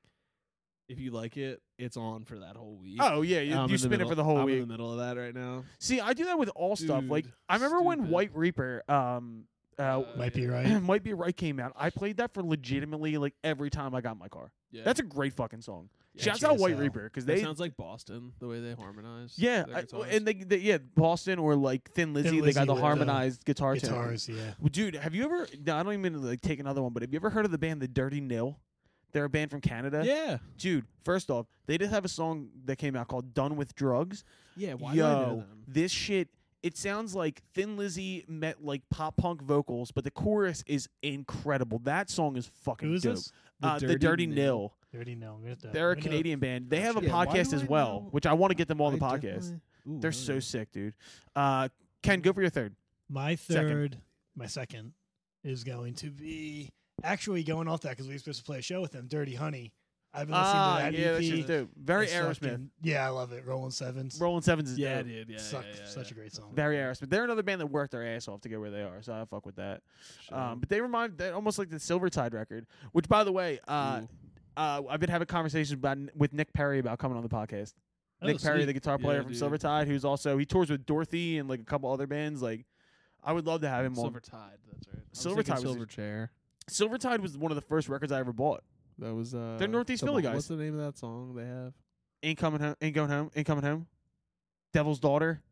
S2: if you like it, it's on for that whole week.
S1: Oh yeah, you,
S2: I'm in
S1: you spin it
S2: middle-
S1: for the whole
S2: I'm
S1: week.
S2: in the middle of that right now.
S1: See, I do that with all stuff. Like
S2: Dude,
S1: I remember when
S2: stupid.
S1: White Reaper, um, uh,
S2: Uh,
S3: Might be
S2: yeah.
S3: right.
S1: Might Be Right came out. I played that for legitimately like every time I got in my car.
S2: Yeah,
S1: That's a great fucking song.
S2: Yeah,
S1: Shouts
S3: she
S1: out
S3: is
S1: White
S3: now.
S1: Reaper because
S2: that
S1: they
S2: sounds like Boston the way they harmonize.
S1: yeah
S2: their
S1: I-
S2: guitars.
S1: and they, they yeah Boston or like Thin Lizzy, they
S3: Lizzy
S1: got the
S3: with the
S1: harmonized guitar tune.
S3: Guitars, yeah.
S1: Well, dude, have you ever? No, I don't even mean to, like take another one, but have you ever heard of the band The Dirty Nil? They're a band from Canada.
S2: yeah,
S1: Dude, first off, they did have a song that came out called "Done with Drugs."
S2: yeah. Why do I know
S1: Yo,
S2: them?
S1: this shit. It sounds like Thin Lizzy met like pop punk vocals, but the chorus is incredible. That song is fucking
S3: Who is
S1: dope.
S3: this?
S1: Uh, the Dirty Nil.
S3: Dirty No. I'm gonna have to-
S1: They're a
S3: I'm gonna-
S1: Canadian band. They have a
S2: Yeah, why
S1: podcast
S2: do
S1: as
S2: I
S1: well,
S2: know-
S1: which I want to get them all on the
S2: I
S1: podcast.
S2: definitely- Ooh,
S1: They're
S2: hell
S1: so
S2: yeah.
S1: sick, dude. Uh, Ken, go for your third.
S3: My
S1: Second.
S3: third, my second is going to be actually going off that because we were supposed to play a show with them, Dirty Honey. I've been listening
S1: Ah,
S3: to that
S1: yeah,
S3: EP.
S1: that's
S2: E
S1: just dope. Very
S3: It's
S1: Aerosmith.
S3: fucking- Yeah, I love it. Rolling Sevens.
S1: Rolling Sevens is
S2: Yeah,
S1: dope.
S2: dude. Yeah, yeah,
S3: Suck-
S2: yeah,
S3: such
S2: yeah.
S3: a great song.
S1: Very Aerosmith. They're another band that worked their ass off to get where they are, so I fuck with that.
S2: Shit.
S1: Um, but they remind they're almost like the Silver Tide record, which by the way, uh,
S2: Ooh.
S1: uh, I've been having conversations about with Nick Perry about coming on the podcast. Nick Perry, the guitar player
S2: Yeah,
S1: from
S2: dude.
S1: Silver Tide, who's also he tours with Dorothy and like a couple other bands. Like, I would love to have him on.
S2: Silver Tide. That's right. I was
S1: Silver
S2: thinking
S1: Tide was-
S2: Silver Chair.
S1: Silver Tide was one of the first records I ever bought.
S2: That was uh.
S1: Northeast
S2: the
S1: Philly
S2: one-
S1: guys.
S2: What's the name of that song they have?
S1: Ain't coming home. Ain't going home. Ain't coming home. Devil's daughter.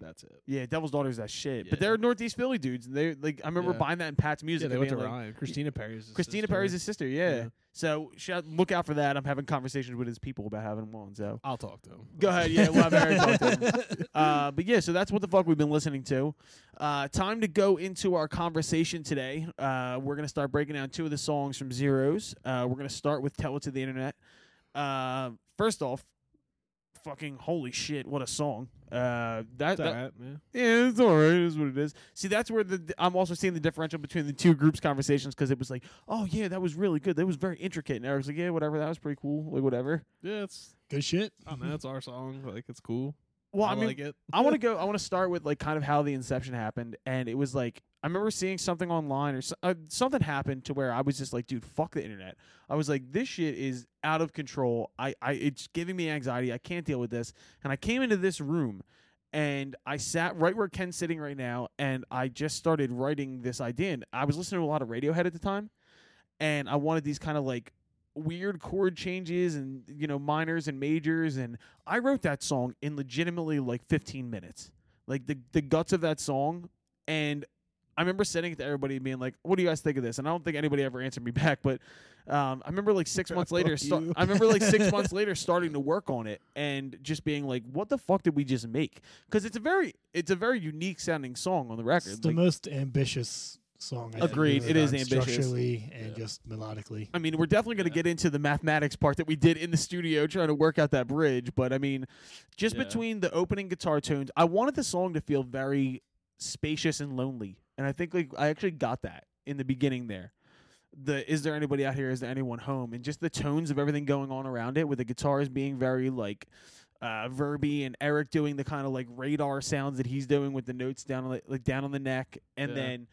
S2: That's it.
S1: Yeah, Devil's daughter's that shit. But
S2: Yeah.
S1: they're Northeast Philly dudes. And they like I remember
S2: Yeah.
S1: buying that in Pat's music.
S2: Yeah, they
S1: and
S2: went to
S1: being like,
S2: Ryan. Christina Perry's. his
S1: Christina
S2: sister.
S1: Perry's his sister. Yeah.
S2: Yeah.
S1: So shout, look out for that. I'm having conversations with his people about having him on. So.
S2: I'll talk to him.
S1: Go ahead, yeah, we'll have Aaron talk to Uh, but yeah, so that's what the fuck we've been listening to. Uh, time to go into our conversation today. Uh, we're gonna start breaking down two of the songs from Zeros. Uh, we're gonna start with "Tell It to the Internet." Uh, first off, fucking holy shit, what a song! Uh, that,
S2: It's all
S1: that
S2: right, man.
S1: yeah, it's all right. It is what it is. See, that's where the I'm also seeing the differential between the two groups' conversations because it was like, oh yeah, that was really good. That was very intricate. And Eric's like, yeah, whatever. That was pretty cool. Like whatever.
S2: Yeah, it's
S3: Good shit.
S2: I don't know, it's our song. Like it's cool.
S1: Well, I,
S2: I,
S1: mean,
S2: like it.
S1: I want to go. I want to start with like kind of how the inception happened, and it was like I remember seeing something online or so, uh, something happened to where I was just like, dude, fuck the internet. I was like, this shit is out of control. I, I, it's giving me anxiety. I can't deal with this. And I came into this room, and I sat right where Ken's sitting right now, and I just started writing this idea. And I was listening to a lot of Radiohead at the time, and I wanted these kind of like weird chord changes and you know minors and majors and I wrote that song in legitimately like 15 minutes. Like the the guts of that song and I remember sending it to everybody and being like, "What do you guys think of this?" And I don't think anybody ever answered me back, but um, I remember like 6 months later
S2: Fuck
S1: sta-
S2: you.
S1: I remember like 6 months later starting to work on it and just being like, "What the fuck did we just make?" Cuz it's a very it's a very unique sounding song on the record.
S3: It's the
S1: Like,
S3: most ambitious song. I
S1: Agreed,
S3: think, really
S1: it is
S3: done
S1: ambitious.
S3: structurally and
S2: Yeah.
S3: just melodically.
S1: I mean, we're definitely going to
S2: Yeah.
S1: get into the mathematics part that we did in the studio trying to work out that bridge. But I mean, just
S2: Yeah.
S1: between the opening guitar tones, I wanted the song to feel very spacious and lonely, and I think like I actually got that in the beginning there. The is there anybody out here? Is there anyone home? And just the tones of everything going on around it, with the guitars being very like uh, Verby and Eric doing the kind of like radar sounds that he's doing with the notes down on the, like down on the neck, and
S2: Yeah.
S1: then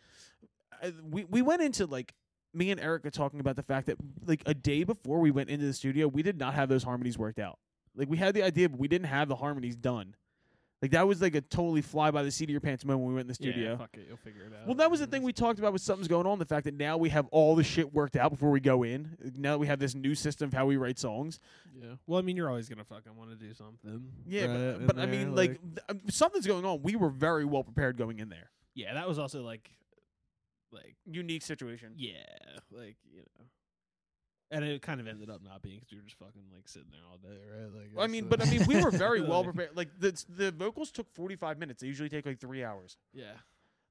S1: uh, we we went into like me and Eric are talking about the fact that like a day before we went into the studio, we did not have those harmonies worked out. Like we had the idea, but we didn't have the harmonies done. Like that was like a totally fly by the seat of your pants moment when we went in the studio.
S2: fuck it, you'll figure it out.
S1: Well, that was the thing we talked about with something's going on. The fact that now we have all the shit worked out before we go in. Now that we have this new system of how we write songs.
S2: Yeah. Well, I mean, you're always gonna fucking want to do something.
S1: Yeah,
S2: right in
S1: but, but I
S2: there,
S1: mean, like, th- um, something's going on. We were very well prepared going in there.
S2: yeah, that was also like, like,
S1: Unique situation.
S2: yeah, like you know, and it kind of ended up not being because we were just fucking like sitting there all day, right? Like,
S1: I
S2: it's,
S1: mean,
S2: uh,
S1: but I mean, we were very well
S2: like,
S1: prepared. Like the the vocals took forty five minutes. They usually take like three hours.
S2: Yeah.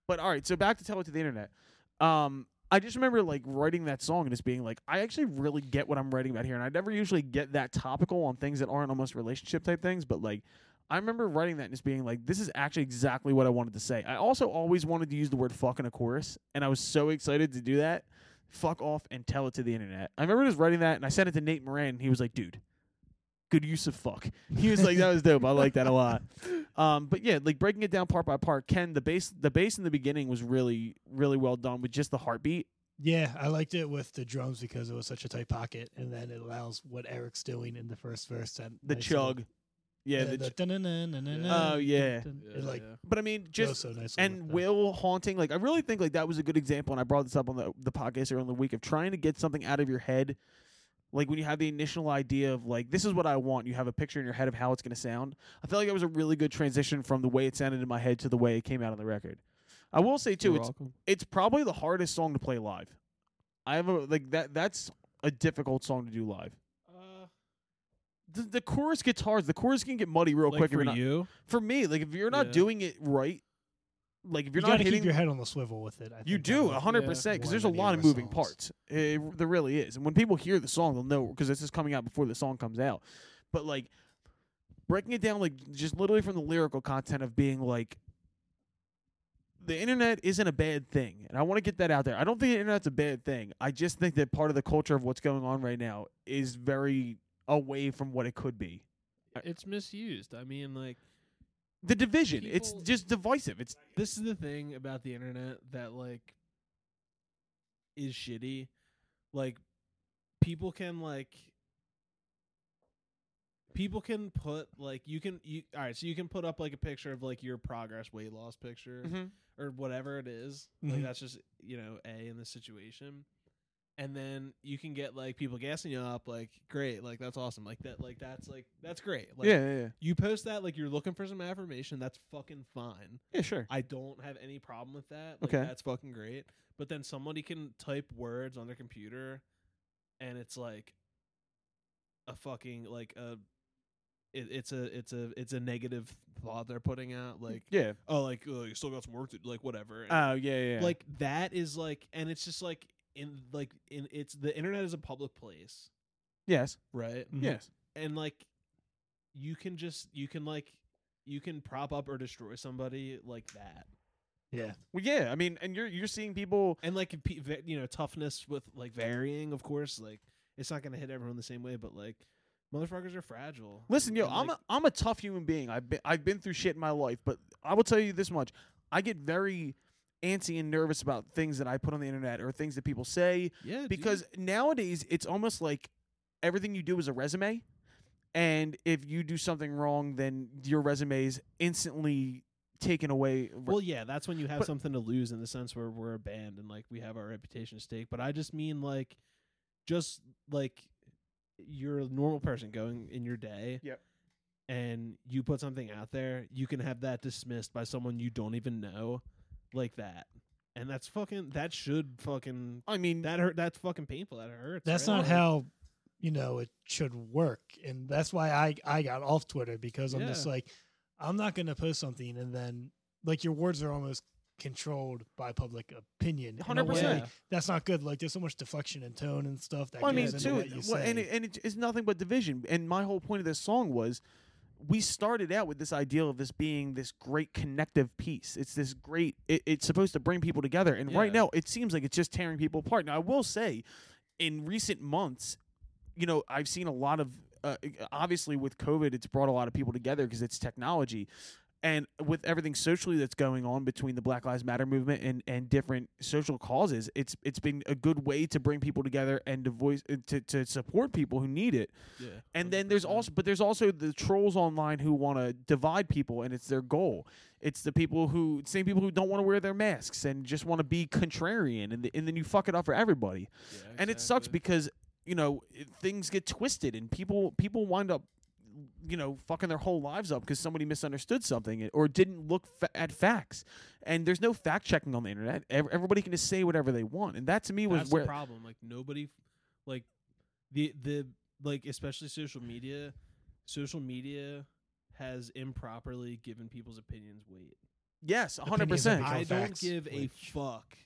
S1: But all right, so back to tell it to the internet. Um, I just remember like writing that song and just being like, I actually really get what I'm writing about here, and I never usually get that topical on things that aren't almost relationship type things. But like, I remember writing that and just being like, this is actually exactly what I wanted to say. I also always wanted to use the word "fuck" in a chorus, and I was so excited to do that. Fuck off and tell it to the internet. I remember just writing that, and I sent it to Nate Moran, and he was like, dude. Good use of fuck. He was like, that was dope. I like that a lot. Um, but yeah, like breaking it down part by part. Ken, the bass, the bass in the beginning was really, really well done with just the heartbeat.
S3: Yeah, I liked it with the drums because it was such a tight pocket, and then it allows what Eric's doing in the first verse. That
S1: The
S3: nice little-
S1: chug, yeah. the ch-
S3: dun-dun-dun-dun-dun-dun,
S1: Oh, yeah.
S3: dun-dun.
S2: yeah
S3: It like
S2: yeah.
S1: but I mean, just
S3: goes so nicely
S1: and
S3: with that.
S1: Will haunting. Like I really think like that was a good example, and I brought this up on the the podcast earlier in the week of trying to get something out of your head. Like when you have the initial idea of like this is what I want, you have a picture in your head of how it's going to sound. I feel like that was a really good transition from the way it sounded in my head to the way it came out on the record. I will say too,
S2: You're
S1: it's
S2: welcome.
S1: it's probably the hardest song to play live. I have a like that. That's a difficult song to do live.
S2: Uh,
S1: The, the chorus guitars, the chorus can get muddy real
S2: like
S1: quick. if you're
S2: for
S1: not-
S2: you.
S1: for me, like if you're not
S2: Yeah.
S1: doing it right, like if
S3: you
S1: you're
S3: gotta
S1: not hitting,
S3: keep your head on the swivel with it. I
S1: you
S3: think, on
S1: do
S3: the-
S1: a hundred percent because there's a
S3: More than
S1: lot
S3: any
S1: of
S3: other
S1: moving
S3: songs.
S1: parts. It, there really is, and when people hear the song, they'll know because this is coming out before the song comes out. But like breaking it down, like just literally from the lyrical content of being like. The internet isn't a bad thing, and I want to get that out there. I don't think the internet's a bad thing. I just think that part of the culture of what's going on right now is very away from what it could be.
S2: It's misused. I mean, like.
S1: The division, it's
S2: People-
S1: just divisive. It's
S2: this is the thing about the internet that like is shitty like people can like people can put like you can you all right so you can put up like a picture of like your progress weight loss picture
S1: Mm-hmm.
S2: or whatever it is.
S3: Mhm.
S2: like that's just you know a in the situation and then you can get like people gassing you up like great like that's awesome like that like that's like that's great like
S1: yeah, yeah, yeah,
S2: you post that like you're looking for some affirmation that's fucking fine
S1: yeah, sure.
S2: I don't have any problem with that. Like,
S1: Okay.
S2: That's fucking great. But then somebody can type words on their computer and it's like a fucking like a it, it's a it's a it's a negative thought they're putting out like
S1: Yeah.
S2: oh like oh, you still got some work to like whatever And,
S1: Oh yeah, yeah.
S2: like that is like and it's just like in like in it's the internet is a public place
S1: yes,
S2: right
S3: Mhm.
S1: yes.
S2: and like you can just you can like you can prop up or destroy somebody like that
S3: Yeah,
S1: Well, yeah. I mean, and you're you're seeing people.
S2: and like pe- va- you know toughness with like varying of course like it's not gonna hit everyone the same way but like motherfuckers are fragile
S1: Listen, yo,
S2: And,
S1: I'm
S2: like,
S1: a I'm a tough human being. I've been I've been through shit in my life, but I will tell you this much: I get very antsy and nervous about things that I put on the internet or things that people say
S2: yeah dude.
S1: because nowadays it's almost like everything you do is a resume, and if you do something wrong, then your resume is instantly taken away.
S2: well yeah that's when you have
S1: But-
S2: something to lose in the sense where we're a band and like we have our reputation at stake but i just mean like just like you're a normal person going in your day
S1: Yep.
S2: and you put something out there you can have that dismissed by someone you don't even know like that and that's fucking that should fucking
S1: I mean,
S2: That hurt. That's fucking painful. That hurts.
S3: that's
S2: right?
S3: not
S2: Like,
S3: how you know it should work, and that's why I I got off Twitter because I'm just
S2: Yeah.
S3: like I'm not gonna post something and then like your words are almost controlled by public opinion. in a
S1: 100%.
S3: way That's not good. Like there's so much deflection and tone and stuff that
S1: Well, I mean,
S3: goes
S2: Yeah,
S3: into
S1: too,
S3: what you
S1: well,
S3: say.
S1: and, it, and it, it's nothing but division. And my whole point of this song was, we started out with this ideal of this being this great connective piece. It's this great. It, it's supposed to bring people together, and right
S2: Yeah.
S1: now it seems like it's just tearing people apart. Now I will say, in recent months, you know, I've seen a lot of. Uh, obviously, with COVID, it's brought a lot of people together because it's technology. And with everything socially that's going on between the Black Lives Matter movement and, and different social causes, it's it's been a good way to bring people together and to voice uh, to, to support people who need it.
S2: Yeah.
S1: And then there's
S2: 100%.
S1: also but there's also the trolls online who want to divide people and it's their goal. It's the people who same people who don't want to wear their masks and just want to be contrarian and, the, and then you fuck it up for everybody
S2: Yeah,
S1: and it sucks
S2: exactly.
S1: because you know it- things get twisted and people people wind up you know fucking their whole lives up because somebody misunderstood something or didn't look fa- at facts and there's no fact checking on the internet Ev- everybody can just say whatever they want and that to me was
S2: that's
S1: where
S2: the problem. Like nobody, like the the like especially social media. Social media has improperly given people's opinions weight.
S1: yes
S3: Opinions are
S1: 100%
S3: power.
S2: I
S3: Actual
S2: don't
S3: facts,
S2: give a
S3: which-
S2: fuck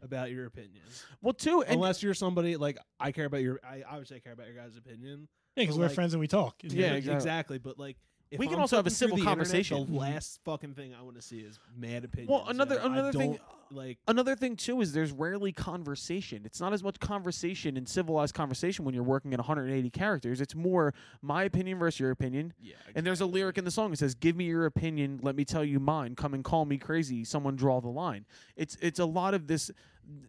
S2: about your opinion
S1: well too and
S2: unless you're somebody like I care about your. I obviously I care about your guys' opinion.
S3: Yeah, because
S2: but,
S3: we're
S2: like-
S3: friends and we talk. and
S1: Yeah,
S2: Like,
S1: exactly.
S2: But like, if
S1: We can
S2: I'm
S1: also have a
S2: flipping through
S1: civil
S2: the internet,
S1: conversation.
S2: the last fucking thing I want to see is mad opinions.
S1: well another
S2: and I
S1: another thing
S2: don't, like
S1: another thing too is there's rarely conversation. It's not as much conversation and civilized conversation when you're working at 180 characters. It's more my opinion versus your opinion.
S2: yeah.
S1: And there's a
S2: exactly.
S1: lyric in the song that says, "Give me your opinion, let me tell you mine. Come and call me crazy. Someone draw the line." It's it's a lot of this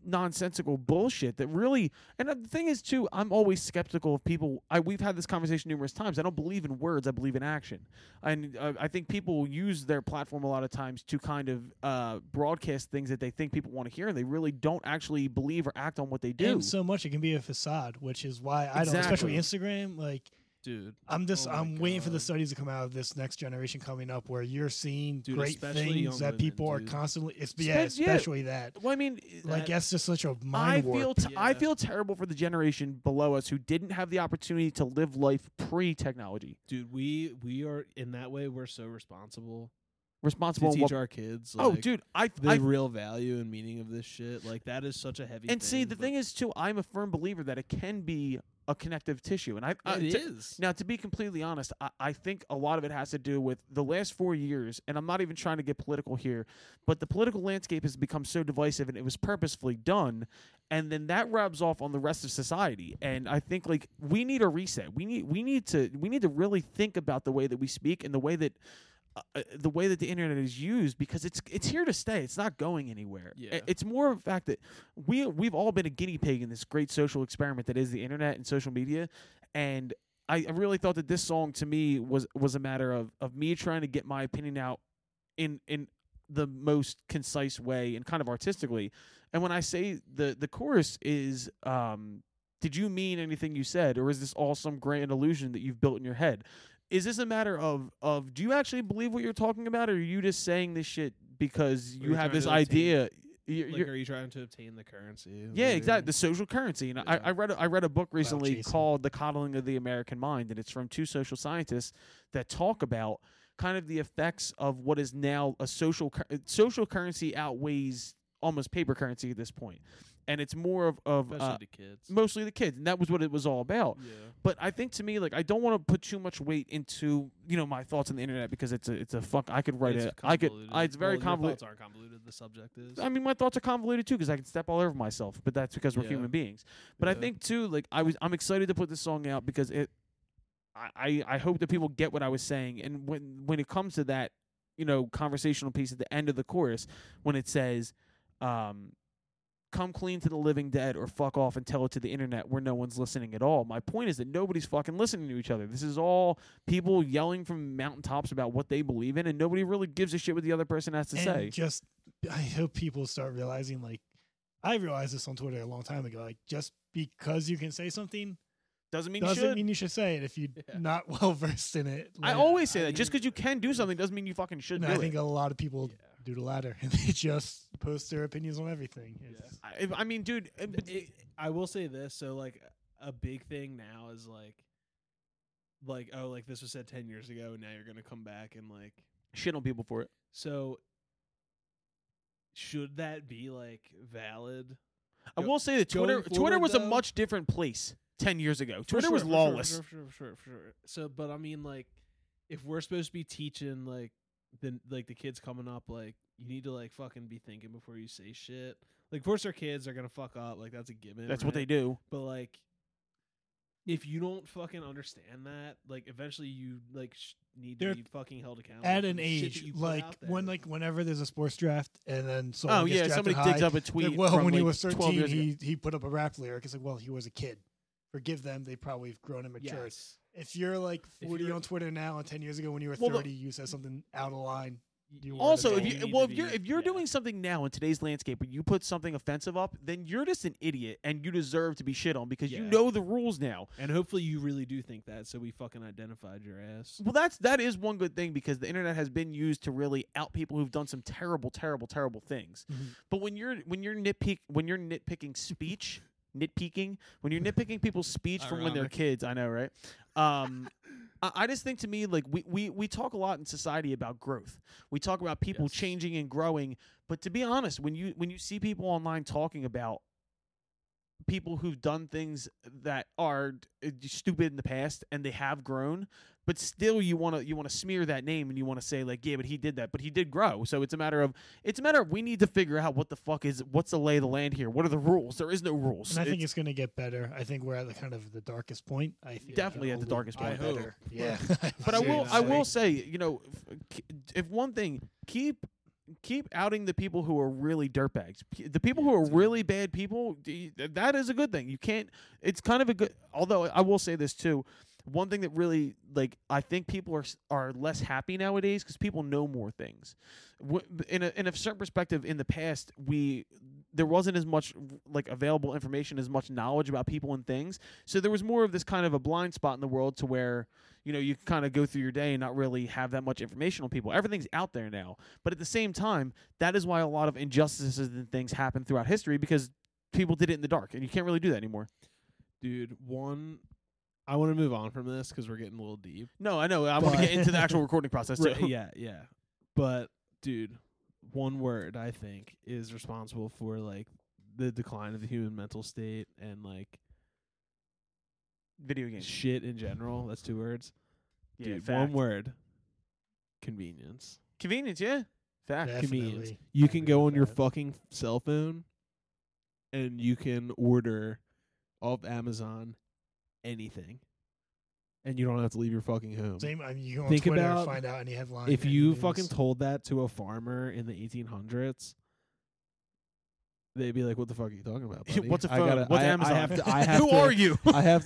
S1: nonsensical bullshit that really. And the thing is, too, I'm always skeptical of people. I we've had this conversation numerous times. I don't believe in words. I believe in action. And uh, I think people use their platform a lot of times to kind of uh, broadcast things that they think people want to hear, and they really don't actually believe or act on what they do.
S3: And so much it can be a facade, which is why I don't, especially Instagram. Like
S2: dude.
S3: I'm just
S2: Oh my
S3: I'm waiting for the
S2: God.
S3: studies to come out of this next generation coming up, where you're seeing
S2: Dude,
S3: great
S2: especially young
S3: things that
S2: women,
S3: people
S2: dude.
S3: are constantly. It's
S1: Spe-
S3: yeah,
S1: yeah.
S3: especially that.
S1: well, I mean,
S3: Like
S1: uh,
S3: that's just such a
S1: I
S3: mind
S1: feel
S3: warp.
S1: t- I
S2: Yeah.
S1: feel terrible for the generation below us who didn't have the opportunity to live life pre technology.
S2: Dude, we we are in that way. We're so responsible
S1: Responsible.
S2: to
S1: and what-
S2: teach our kids.
S1: oh,
S2: like,
S1: dude, I,
S2: the
S1: I
S2: real value and meaning of this shit. Like that is such a heavy.
S1: and
S2: thing,
S1: see the thing is too. I'm a firm believer that it can be a connective tissue, and I I-
S2: it
S1: to-
S2: is.
S1: Now, to be completely honest, I, I think a lot of it has to do with the last four years, and I'm not even trying to get political here, but the political landscape has become so divisive and it was purposefully done. And then that rubs off on the rest of society. And I think like we need a reset. We need we need to we need to really think about the way that we speak and the way that uh, uh, the way that the internet is used because it's it's here to stay. It's not going anywhere. I-
S2: Yeah.
S1: It's more of a fact that we we've all been a guinea pig in this great social experiment that is the internet and social media. And I, I really thought that this song to me was was a matter of of me trying to get my opinion out in in the most concise way and kind of artistically. And when I say the the chorus is um did you mean anything you said or is this all some grand illusion that you've built in your head? Is this a matter of of do you actually believe what you're talking about or are you just saying this shit because you
S2: you're
S1: have
S2: trying
S1: this
S2: to obtain-
S1: idea you're,
S2: like,
S1: you're-
S2: are you trying to obtain the currency?
S1: yeah,
S2: Like,
S1: exactly. The social currency. And I,
S2: Yeah.
S1: I read a, I read a book recently
S3: Jason.
S1: called The Coddling of the American Mind, and it's from two social scientists that talk about kind of the effects of what is now a social cur- uh, social currency outweighs almost paper currency at this point, and it's more of of
S2: especially
S1: uh,
S2: to kids.
S1: mostly the kids, and that was what it was all about.
S2: yeah,
S1: But I think to me, like, I don't want to put too much weight into you know my thoughts on the internet because it's a it's a fuck. I could write
S2: it's
S1: a uh, I could I,
S2: convoluted.
S1: it's very
S2: well,
S1: convoluted.
S2: Your thoughts aren't convoluted. The subject is.
S1: I mean, my thoughts are convoluted too because I can step all over myself, but that's because we're
S2: Yeah.
S1: human beings. But I
S2: Yeah.
S1: think too, like I was, I'm excited to put this song out because it, I, I, I hope that people get what I was saying. And when when it comes to that, you know, conversational piece at the end of the chorus, when it says, um, "Come clean to the living dead or fuck off and tell it to the internet where no one's listening at all." My point is that nobody's fucking listening to each other. This is all people yelling from mountaintops about what they believe in, and nobody really gives a shit what the other person has to
S3: and
S1: say.
S3: just I hope people start realizing like I realized this on Twitter a long time ago. Like just because you can say something
S1: Doesn't mean you
S3: doesn't
S1: should.
S3: mean you should say it if you're
S2: Yeah.
S3: not well versed in it.
S1: I
S3: Like,
S1: always say
S2: I
S1: that. Just
S2: mean-
S1: because you can do something doesn't mean you fucking should
S3: and
S1: do
S3: I think
S1: it.
S3: a lot of people
S2: Yeah.
S3: do the latter and they just post their opinions on everything.
S2: Yeah.
S3: It's-
S1: I, if- I mean, dude. uh, but-
S2: it, I will say this. So like a big thing now is like, like oh like this was said ten years ago and now you're gonna come back and like
S1: shit on people for it.
S2: so should that be like valid?
S1: I
S2: Go-
S1: will say that
S2: going
S1: Twitter Twitter
S2: forward,
S1: was a
S2: though-
S1: much different place ten years ago.
S2: For
S1: Twitter was
S2: sure, for sure,
S1: lawless.
S2: For sure, for sure, for sure. So, but I mean, like, if we're supposed to be teaching, like, the like the kids coming up, like, you need to like fucking be thinking before you say shit. Like, of course, our kids are gonna fuck up. Like, that's a given.
S1: That's what
S2: right?
S1: they do.
S2: But like, if you don't fucking understand that, like, eventually you like sh- need
S3: They're
S2: to be fucking held accountable
S3: At
S2: for
S3: an
S2: the shit
S3: age,
S2: that you put
S3: like
S2: out there.
S3: when, like whenever there's a sports draft, and then someone
S1: Oh
S3: gets
S1: yeah,
S3: drafted
S1: somebody
S3: high,
S1: digs up a
S3: like,
S1: tweet.
S3: well,
S1: from
S3: when he
S1: like
S3: was
S1: 12
S3: thirteen,
S1: years ago.
S3: he he put up a rap lyric. It's like, well, he was a kid. Forgive them; they probably have grown and matured.
S2: yes.
S3: If you're like
S2: If
S3: 40
S2: you're-
S3: on Twitter now and 10 years ago when you were
S1: Well, the-
S3: 30, you said something out of line. you were
S1: Also, if
S3: adult.
S1: you
S2: need
S1: well,
S2: to
S1: if you're
S2: be-
S1: if you're
S2: yeah.
S1: doing something now in today's landscape, and you put something offensive up, then you're just an idiot, and you deserve to be shit on because you
S2: Yeah.
S1: know the rules now.
S2: and hopefully you really do think that, so we fucking identified your ass.
S1: Well, that's that is one good thing because the internet has been used to really out people who've done some terrible, terrible, terrible things.
S3: Mhm.
S1: But when you're when you're nitpick when you're nitpicking speech, nitpicking when you're nitpicking people's speech from when they're
S2: Ironic.
S1: kids, I know, right? Um, I, I just think to me like we, we we talk a lot in society about growth. We talk about people
S2: Yes.
S1: changing and growing, but to be honest, when you when you see people online talking about people who've done things that are uh, stupid in the past and they have grown but still you want to you want to smear that name and you want to say like yeah but he did that but he did grow so it's a matter of it's a matter of we need to figure out what the fuck is what's the lay of the land here what are the rules there is no rules
S3: And I think
S1: It's-
S3: it's, going to get better. I think we're at the kind of the darkest point. I think
S1: Definitely at
S3: it'll
S1: the darkest
S3: get
S2: point. I hope.
S3: better. Yeah.
S1: but I will I
S2: Seriously.
S1: will say you know f- k- if one thing keep keep outing the people who are really dirtbags P- the people who are really bad people d- that is a good thing you can't it's kind of a good although I will say this too one thing that really like I think people are s- are less happy nowadays because people know more things Wh- in a in a certain perspective in the past we there wasn't as much like available information as much knowledge about people and things so there was more of this kind of a blind spot in the world to where you know you kind of go through your day and not really have that much information on people everything's out there now but at the same time that is why a lot of injustices and things happen throughout history because people did it in the dark and you can't really do that anymore
S2: Dude, one, I want to move on from this because we're getting a little deep.
S1: no i know i want to
S3: But-
S1: get into the actual recording process too
S2: Right, yeah, yeah. But dude, one word I think is responsible for like the decline of the human mental state and like
S1: video games
S2: shit in general. That's two words.
S1: yeah,
S2: dude,
S1: fact.
S2: one word. Convenience.
S1: convenience yeah fact
S2: Convenience.
S3: Definitely.
S2: You can go on your
S3: Definitely.
S2: fucking cell phone and you can order off Amazon anything. And you don't have to leave your fucking home.
S3: Same. I mean, you go on
S2: Think
S3: Twitter
S2: about
S3: and find out any headline.
S2: if
S3: any
S2: you
S3: news.
S2: fucking told that to a farmer in the 1800s, they'd be like, "What the fuck are you talking about? buddy?
S1: What's a
S2: I
S1: phone?
S2: gotta-
S1: What's
S2: I,
S1: Amazon?
S2: I have to. I have
S1: who
S2: to,
S1: are you
S2: I have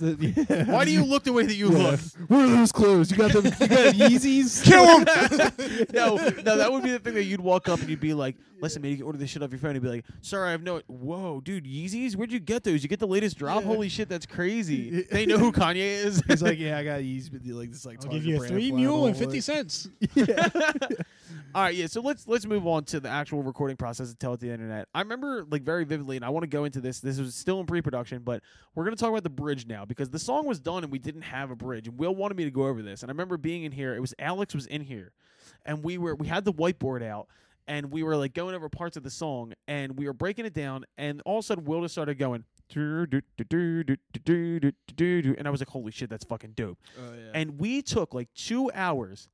S2: to.
S1: why do you look the way that you look
S2: Where are those clothes? You got them. You got Yeezys.
S1: Kill him! no, no, that would be the thing that you'd walk up and you'd be like, "Listen, man, you can order this shit off your phone." And be like, "Sorry, I have no." Whoa, dude, Yeezys? Where'd you get those? You get the latest drop?
S2: Yeah.
S1: Holy shit, that's crazy! they know who Kanye is.
S2: He's like, "Yeah, I got Yeezys." But like, this like
S3: I'll give you a three mule and fifty cents.
S1: All right, yeah. So let's let's move on to the actual recording process and tell it to the internet. I remember like very vividly, and I want to go into this. This was still in pre-production, but we're gonna talk about the bridge now because the song was done and we didn't have a bridge. And Will wanted me to go over this, and I remember being in here. It was Alex was in here, and we were we had the whiteboard out. And we were like going over parts of the song, and we were breaking it down, and all of a sudden Will just started going, and I was like, "Holy shit, that's fucking dope!"
S2: Oh yeah.
S1: and we took like two hours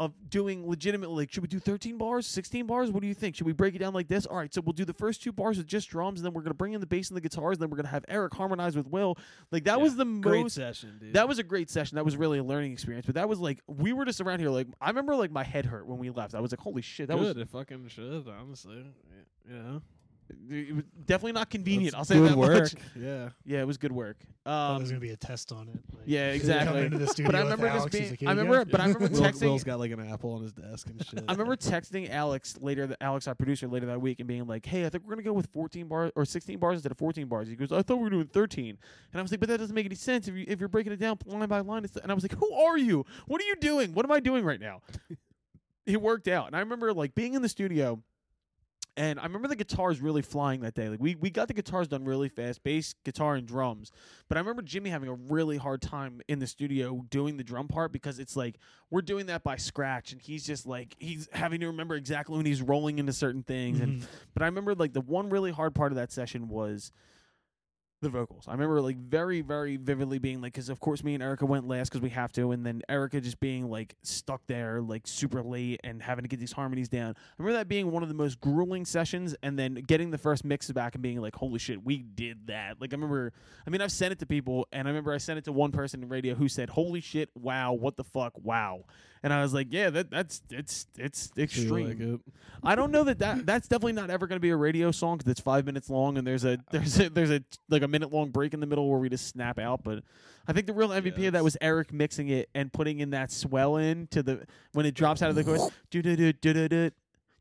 S1: of doing legitimately like should we do 13 bars 16 bars what do you think should we break it down like this all right so we'll do the first two bars with just drums and then we're gonna bring in the bass and the guitars and then we're gonna have eric harmonize with will like that
S2: Yeah.
S1: was the
S2: great
S1: most
S2: session, dude.
S1: that was a great session that was really a learning experience but that was like we were just around here like i remember like my head hurt when we left i was like holy shit that
S2: good. It fucking should honestly. You know,
S1: was it was definitely not convenient
S2: That's
S1: i'll say
S2: good
S1: that
S2: work.
S1: much
S2: Yeah.
S1: yeah it was good work
S3: Oh, there's
S1: um
S3: gonna be a test on it. Like,
S1: yeah
S3: you
S1: exactly
S3: Come into the studio
S1: but i
S3: with
S1: remember
S3: Alex,
S1: just
S3: he's
S1: being
S3: like, "Here
S1: i
S3: you go."
S1: remember but i remember
S2: Will,
S1: texting
S2: Will's got like an apple on his desk and shit.
S1: I remember texting Alex later, th- Alex, our producer, later that week, and being like, "Hey, I think we're gonna go with 14 bars or 16 bars instead of 14 bars." He goes, "I thought we were doing 13," and I was like, "But that doesn't make any sense if you if you're breaking it down line by line." it's- And I was like, "Who are you? What are you doing? What am I doing right now?" it worked out, and I remember like being in the studio, And I remember the guitars really flying that day. Like we, we got the guitars done really fast, bass, guitar, and drums. But I remember Jimmy having a really hard time in the studio doing the drum part because it's like we're doing that by scratch, and he's just like he's having to remember exactly when he's rolling into certain things. And
S3: Mhm.
S1: but I remember like the one really hard part of that session was the vocals. I remember like very very vividly being like cuz of course me and Erica went last cuz we have to and then Erica just being like stuck there like super late and having to get these harmonies down. I remember that being one of the most grueling sessions and then getting the first mix back and being like holy shit, we did that. Like I remember I mean I've sent it to people and I remember I sent it to one person in radio who said holy shit, wow, what the fuck, wow. And I was like, yeah, that that's it's it's
S2: Feel
S1: extreme.
S2: like it.
S1: I don't know that, that that's definitely not ever going to be a radio song 'cause it's five minutes long and there's a there's a there's a like a minute long break in the middle where we just snap out. But I think the real MVP of that
S2: that's-
S1: was Eric mixing it and putting in that swell in to the when it drops out of the chorus. Do do do do do do.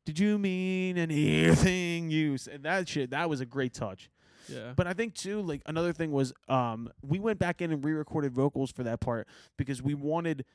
S1: Did you mean anything you said? That shit that was a great touch.
S2: Yeah.
S1: But I think too, like another thing was um we went back in and re-recorded vocals for that part because we wanted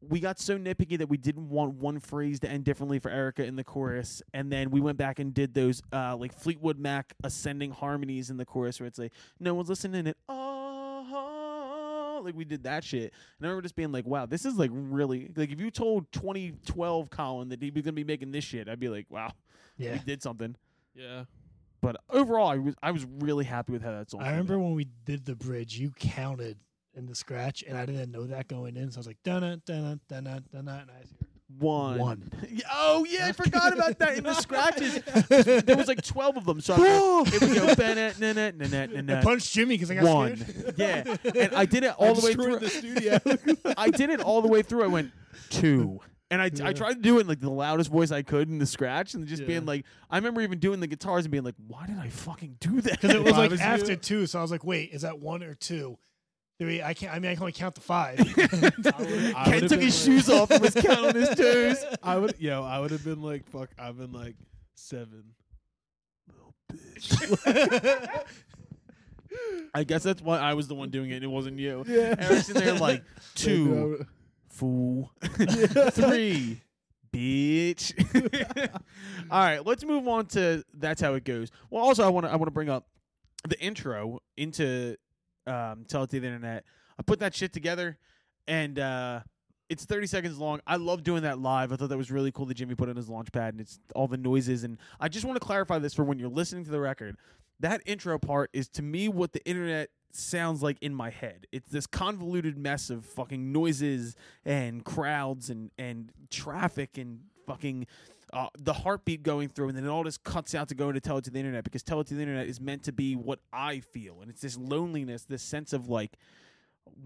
S1: we got so nitpicky that we didn't want one phrase to end differently for Erica in the chorus, and then we went back and did those uh like Fleetwood Mac ascending harmonies in the chorus where it's like no one's listening at all. Like we did that shit, and I remember just being like, "Wow, this is like really like if you told 2012 Colin that he was gonna be making this shit, I'd be like, wow,
S3: Yeah.
S1: we did something."
S2: yeah.
S1: But overall, I was I was really happy with how that song.
S3: I
S1: came out.
S3: remember when we did the bridge, you counted in the scratch, and I didn't know that going in. So I was like, dun dun dun dun dun dun. And I was here,
S1: one.
S3: One.
S1: Yeah, Oh yeah, I forgot about that. In the scratches, there was like twelve of them. So I
S3: Whoa.
S1: was like, it would go Bennett, Nanette, Nanette,
S3: I
S1: Nanette.
S3: punched Jimmy because I got
S1: One.
S3: scared.
S1: Yeah, and I did it all the way through.
S2: destroyed the studio.
S1: I did it all the way through. I went two. And I, I tried to do it in, like the loudest voice I could in the scratch and just
S2: Yeah.
S1: being like, I remember even doing the guitars and being like, why did I fucking do that?
S3: Because it was
S2: If I
S3: like
S2: was you-
S3: after two, so I was like, wait, is that one or two? Three? I can't. I mean, I can only count to five.
S2: I
S1: Ken
S2: would've
S1: took
S2: been
S1: his
S2: like-
S1: shoes off and was counting his toes.
S2: I would, yo, I would have been like, fuck, I've been like seven.
S1: I guess that's why I was the one doing it and it wasn't you.
S2: Yeah.
S1: Eric's in there like, two, fool. Three, bitch. All right, let's move on to that's how it goes. Well, also I want to I want to bring up the intro into um, Tell It to the Internet. I put that shit together, and uh, it's 30 seconds long. I love doing that live. I thought that was really cool that Jimmy put on his launch pad, and it's all the noises. And I just want to clarify this for when you're listening to the record. That intro part is to me what the internet sounds like in my head. It's this convoluted mess of fucking noises and crowds and and traffic and fucking uh, the heartbeat going through, and then it all just cuts out to go into tell it to the internet because tell it to the internet is meant to be what I feel, and it's this loneliness, this sense of like,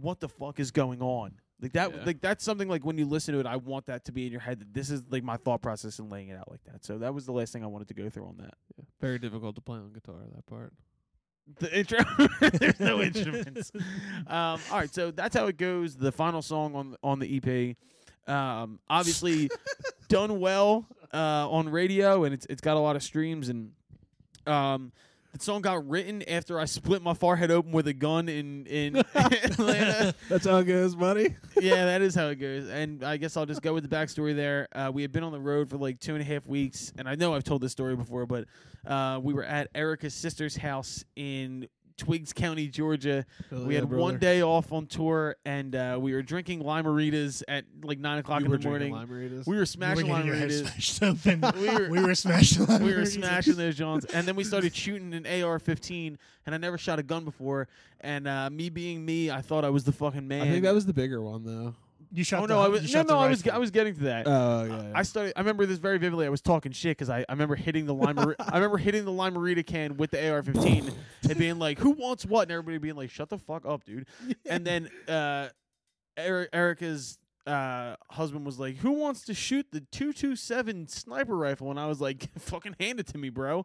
S1: what the fuck is going on? Like that,
S2: Yeah.
S1: like that's something like when you listen to it, I want that to be in your head. That this is like my thought process and laying it out like that. So that was the last thing I wanted to go through on that.
S2: Very difficult to play on guitar. That part.
S1: The intro. There's no instruments. Um, all right, so that's how it goes. The final song on on the EP, um, obviously done well uh, on radio, and it's it's got a lot of streams. And um, the song got written after I split my forehead open with a gun in in Atlanta.
S2: That's how it goes, buddy.
S1: yeah, that is how it goes. And I guess I'll just go with the backstory there. Uh, we had been on the road for like two and a half weeks, and I know I've told this story before, but uh, we were at Erica's sister's house in Twiggs County, Georgia. we had one day off on tour, and uh, we were drinking limaritas at like nine o'clock in the morning. We were
S3: You were
S1: smashing
S3: getting your head
S1: limaritas.
S3: smashed open.
S1: We were-
S3: we were smashing.
S1: We were
S3: limaritas.
S1: smashing those Johns, and then we started shooting an AR-15, and I never shot a gun before. And uh, me being me, I thought I was the fucking man.
S2: I think that was the bigger one though.
S3: You shot.
S1: Oh
S3: the,
S1: no, I
S3: You
S1: was no,
S3: shot
S1: no,
S3: the Uh,
S1: I was
S3: rifle.
S1: I was getting to that.
S2: Oh yeah.
S1: I started. I remember this very vividly. I was talking shit because I, I remember hitting the lime. I remember hitting the limerita can with the AR-15 and being like, "Who wants what?" And everybody being like, "Shut the fuck up, dude." And then uh, Eri- Erica's uh, husband was like, "Who wants to shoot the two-two-seven sniper rifle?" And I was like, "Fucking hand it to me, bro."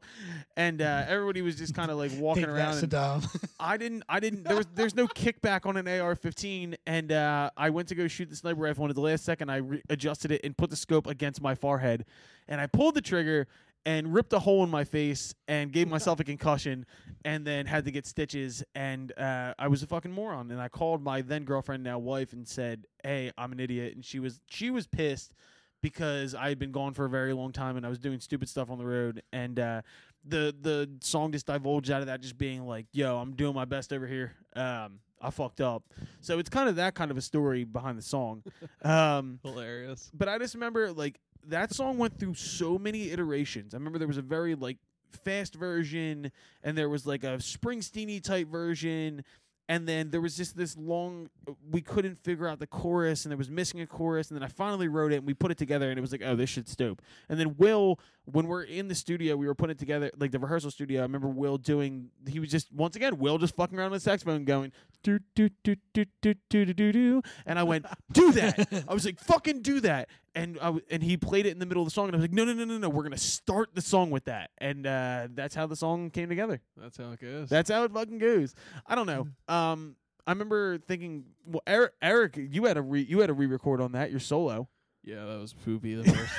S1: And uh, everybody was just kind of like walking
S3: Take
S1: around.
S3: That,
S1: and-
S3: Saddam.
S1: I didn't. I didn't. There was. There's no kickback on an AR-15, and uh, I went to go shoot the sniper rifle. And at the last second, I re- adjusted it and put the scope against my forehead, and I pulled the trigger and ripped a hole in my face and gave myself a concussion, and then had to get stitches. And uh, I was a fucking moron. And I called my then girlfriend, now wife, and said, "Hey, I'm an idiot." And she was she was pissed because I had been gone for a very long time and I was doing stupid stuff on the road. And uh, the the song just divulged out of that, just being like, "Yo, I'm doing my best over here. Um, I fucked up." So it's kind of that kind of a story behind the song. Um,
S2: Hilarious.
S1: but I just remember like that song went through so many iterations. I remember there was a very like fast version, and there was like a Springsteen type version, and then there was just this long. uh, We couldn't figure out the chorus, and there was missing a chorus, and then I finally wrote it, and we put it together, and it was like, oh, this shit's dope. And then Will, when we're in the studio, we were putting it together, like the rehearsal studio. I remember Will doing. He was just once again Will just fucking around with the saxophone, going do do do do do do do do do, and I went do that.
S2: Oh.
S1: I was like, fucking do that. And I w- and he played it in the middle of the song, and I was like, no, no, no, no, no. We're gonna start the song with that, and uh, that's how the song came together.
S2: That's how it goes.
S1: That's how it fucking goes. I don't know.
S2: Hmm.
S1: Um, I remember thinking, well, Eric, Eric you had a re- you had a re-record on that your solo.
S2: yeah, that was poopy the first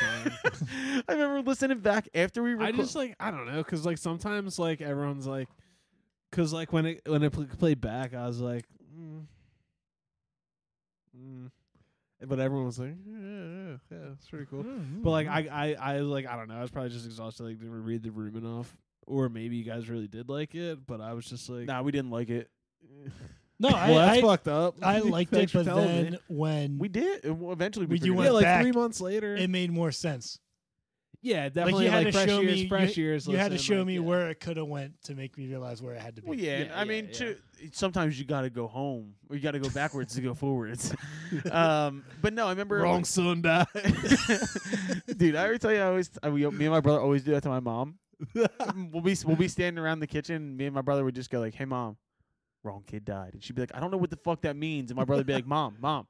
S2: time.
S1: I remember listening back after we
S2: I
S1: recorded.
S2: just like I don't know because like sometimes like everyone's like because like when it when I pl- played back I was like mm, mm. but everyone was like yeah, yeah yeah it's pretty cool but like I I I like I don't know I was probably just exhausted like didn't read the Rubinoff or maybe you guys really did like it but I was just like
S1: nah, we didn't like it.
S2: eh.
S3: no, I,
S2: well that's
S3: I,
S2: fucked up
S3: I liked it,
S2: Thanks for
S3: but
S2: telling me.
S3: then when
S1: We did. uh, well, Eventually, we
S3: We- you
S1: figured it
S2: yeah
S3: went
S1: out.
S2: like
S3: back,
S2: three months later
S3: it made more sense,
S2: yeah definitely
S3: had
S2: like,
S3: to
S2: fresh
S3: show
S2: years
S3: me-
S2: fresh years
S3: you had to
S2: listen,
S3: show
S2: like,
S3: me
S2: yeah.
S3: where it could have went to make me realize where it had to be.
S1: Well, yeah.
S2: Yeah,
S1: I
S2: yeah,
S1: mean,
S2: yeah.
S1: too, sometimes you got to go home or you got to go backwards to go forwards. Um, but no, I remember
S2: wrong son died
S1: dude. I already tell you, I always, I, we, me and my brother always do that to my mom. we'll be we'll be standing around the kitchen. And me and my brother would just go like, "Hey, mom, wrong kid died," and she'd be like, "I don't know what the fuck that means," and my brother'd be like, "Mom, mom."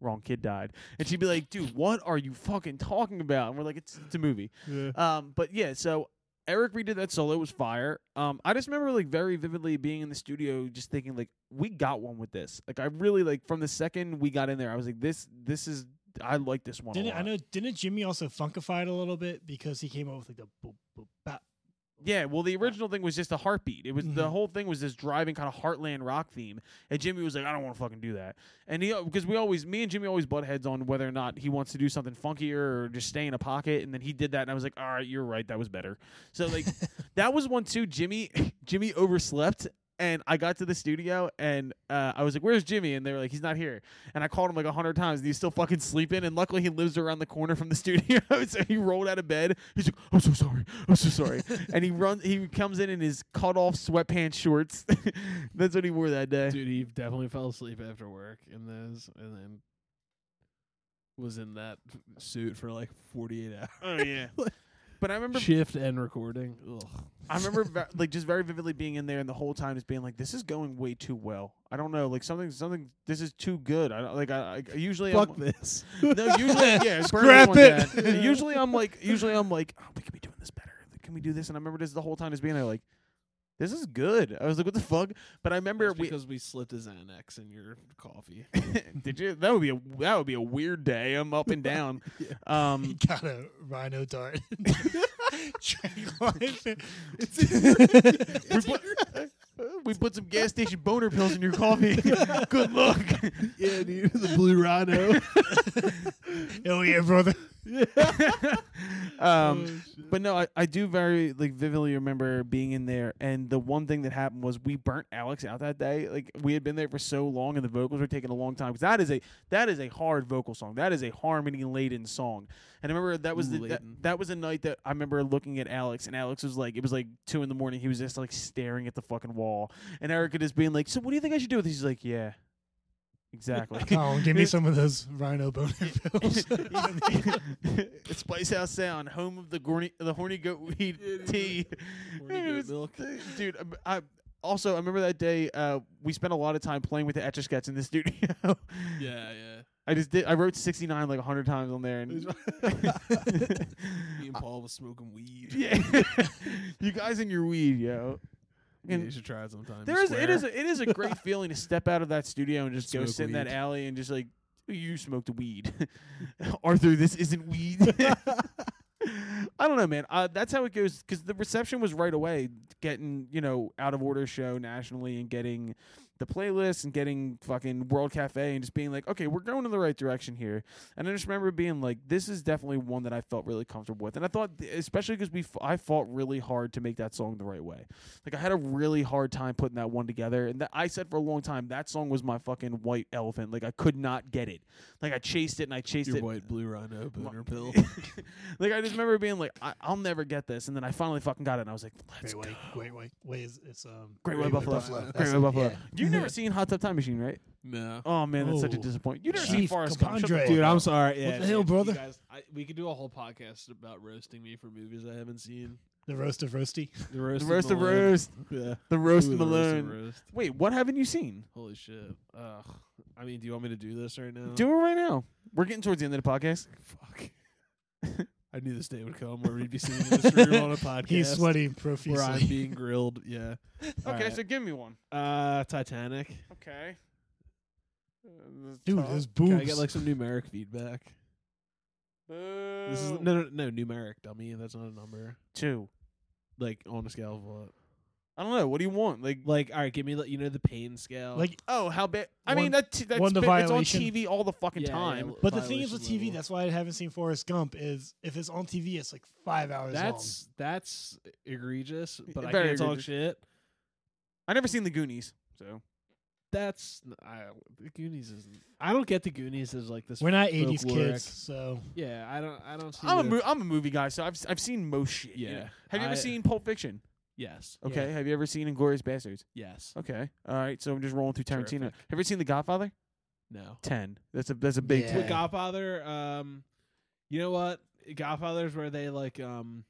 S1: Wrong kid died, and she'd be like, "Dude, what are you fucking talking about?" And we're like, "It's, it's a movie."
S2: Yeah.
S1: Um, but yeah, so Eric redid that solo. It was fire. Um, I just remember like very vividly being in the studio, just thinking like, we got one with this. Like, I really like from the second we got in there, I was like, this, this is, I like this one. a
S3: Didn't I
S1: lot.
S3: know? Didn't Jimmy also funkify it a little bit because he came up with like the boop, boop, bop.
S1: Yeah, well, the original thing was just a heartbeat. It was the
S3: Mhm.
S1: whole thing was this driving kind of heartland rock theme, and Jimmy was like, "I don't want to fucking do that." And he because we always, me and Jimmy always butt heads on whether or not he wants to do something funkier or just stay in a pocket. And then he did that, and I was like, "All right, you're right, that was better." So like, that was one too. Jimmy, Jimmy overslept. And I got to the studio and uh, I was like, "Where's Jimmy?" And they were like, "He's not here." And I called him like a hundred times, and he's still fucking sleeping. And luckily, he lives around the corner from the studio, so he rolled out of bed. He's like, "I'm so sorry, I'm so sorry." and he runs. He comes in in his cut off sweatpants shorts. That's what he wore that day.
S2: Dude, he definitely fell asleep after work in those, and then was in that suit for like 48 hours.
S1: Oh yeah. But I remember,
S2: Shift and recording. Ugh.
S1: I remember, ve- like just very vividly being in there, and the whole time just being like, "This is going way too well. I don't know, like something, something. This is too good. I don't like. I, I usually I'm-
S2: Fuck this.
S1: No, usually, yeah, burn
S2: Scrap
S1: one
S2: it.
S1: down. usually, I'm like, usually, I'm like, oh, we could be doing this better. Can we do this? And I remember this the whole time as being there, like, this is good. I was like, what the fuck? But I remember
S2: That's
S1: we
S2: because we slipped his Xanax in your coffee.
S1: did you. That would be a that would be a weird day. I'm up and down.
S3: He
S1: Um,
S3: got a rhino dart. Tranquilized it.
S1: we put we put some gas station boner pills in your coffee. good luck.
S2: yeah, dude, the blue rhino.
S3: oh yeah, brother.
S1: um, But no, I, I do very like vividly remember being in there, and the one thing that happened was we burnt Alex out that day. Like we had been there for so long, and the vocals were taking a long time because that is a that is a hard vocal song. That is a harmony laden song. And I remember that was the, that,
S2: Laden.
S1: that was a night that I remember looking at Alex, and Alex was like, it was like two in the morning. He was just like staring at the fucking wall, and Erica just being like, "So what do you think I should do with this?" He's like, "Yeah, exactly."
S3: Colin, give me some of those rhino boner pills.
S1: it's Spice House Sound, home of the gorny, the horny goat weed
S2: Yeah, dude.
S1: tea.
S2: Horny
S1: It
S2: goat
S1: was-
S2: milk.
S1: dude. um, I, I- also I remember that day. Uh, we spent a lot of time playing with the etch a sketch in the studio.
S2: yeah, yeah.
S1: I just did. I wrote sixty nine like hundred times on there,
S2: It was-
S1: and
S2: Me and Paul was smoking weed.
S1: yeah, you guys and your weed, yo.
S2: Yeah,
S1: And
S2: you should try it sometime.
S1: there is it is a, it is a great feeling to step out of that studio and just go
S2: Smoke
S1: sit in that
S2: weed.
S1: alley and just like you smoked weed, Arthur. This isn't weed. I don't know, man. Uh, that's how it goes because the reception was right away, getting you know out of order show nationally and getting the playlist and getting fucking World Cafe and just being like, okay, we're going in the right direction here. And I just remember being like, this is definitely one that I felt really comfortable with. And I thought, th- especially because we, f- I fought really hard to make that song the right way. Like I had a really hard time putting that one together. And that I said for a long time that song was my fucking white elephant. Like I could not get it. Like I chased it and I chased
S2: Your
S1: it.
S2: white blue rhino booner pill.
S1: like I just remember being like, I- I'll never get this. And then I finally fucking got it. And I was like, let's
S3: Great
S1: go.
S3: White, Great White, Way is it's um
S1: Great White Buffalo. Great White Buffalo. You've never seen Hot Tub Time Machine, right?
S2: no.
S1: Oh man, that's such a
S3: Oh.
S1: disappointment. You've never seen
S3: Chief
S1: Forrest Gump. Shut the
S3: Capondre.
S1: fuck
S2: Dude,
S1: up.
S2: I'm sorry. Yeah,
S3: the hell,
S2: you
S3: brother?
S2: guys- I- we could do a whole podcast about roasting me for movies I haven't seen.
S3: the roast of roasty.
S2: The roast,
S1: the roast of
S2: Malone.
S1: roast,
S2: Yeah.
S1: the roast
S2: Ooh,
S1: of
S2: the roast of
S1: Malone.
S2: roast.
S1: Wait, what haven't you seen?
S2: Holy shit. Ugh. I mean, do you want me to do this right now?
S1: Do it right now. We're getting towards the end of the podcast.
S2: Fuck. I knew this day would come where we'd be sitting in this room on a podcast.
S3: He's sweating
S2: Where I'm
S3: profusely.
S2: being grilled. Yeah. All
S1: okay,
S2: right.
S1: so give me one.
S2: Uh, Titanic.
S1: Okay. Uh,
S3: Dude,
S1: top.
S3: his
S2: Can
S3: boobs.
S2: I get like some numeric feedback? This is
S1: Boo.
S2: no, no, no numeric dummy. That's not a number.
S1: two.
S2: Like on a scale of what?
S1: I don't know. What do you want? Like,
S2: Like, all right, give me like you know the pain scale.
S3: Like,
S1: oh, how bad? I
S3: One-
S1: mean, that t- that's
S3: one to
S1: been- it's on
S3: violation.
S1: TV all the fucking
S2: Yeah, yeah,
S1: time.
S2: well,
S3: but the thing is
S2: violation
S3: with TV,
S2: level.
S3: that's why I haven't seen Forrest Gump. Is if it's on TV, it's like five hours
S2: that's that's egregious. But I
S1: Very
S2: can't talk
S1: egregious.
S2: shit.
S1: I never seen the Goonies, so
S2: That's n- I, the Goonies isn't. I don't get the Goonies as like this.
S3: long. We're not '80s
S2: folkloric-
S3: kids, so
S2: Yeah, I don't. I don't see.
S1: I'm a
S2: the-
S1: mo- I'm a movie guy, so I've s- I've seen most shit. you know?
S2: Yeah.
S1: Have you ever
S2: I-
S1: seen Pulp Fiction?
S2: Yes.
S3: Yeah.
S1: Okay. Have you ever seen Inglorious Bastards?
S2: Yes.
S1: Okay. All right. So I'm just rolling through Tarantino.
S2: Terrific.
S1: Have you ever seen The Godfather?
S2: No.
S1: Ten. That's a that's a big
S3: Yeah.
S2: With
S1: ten.
S2: Godfather, um, you know what? Godfather's where they like um.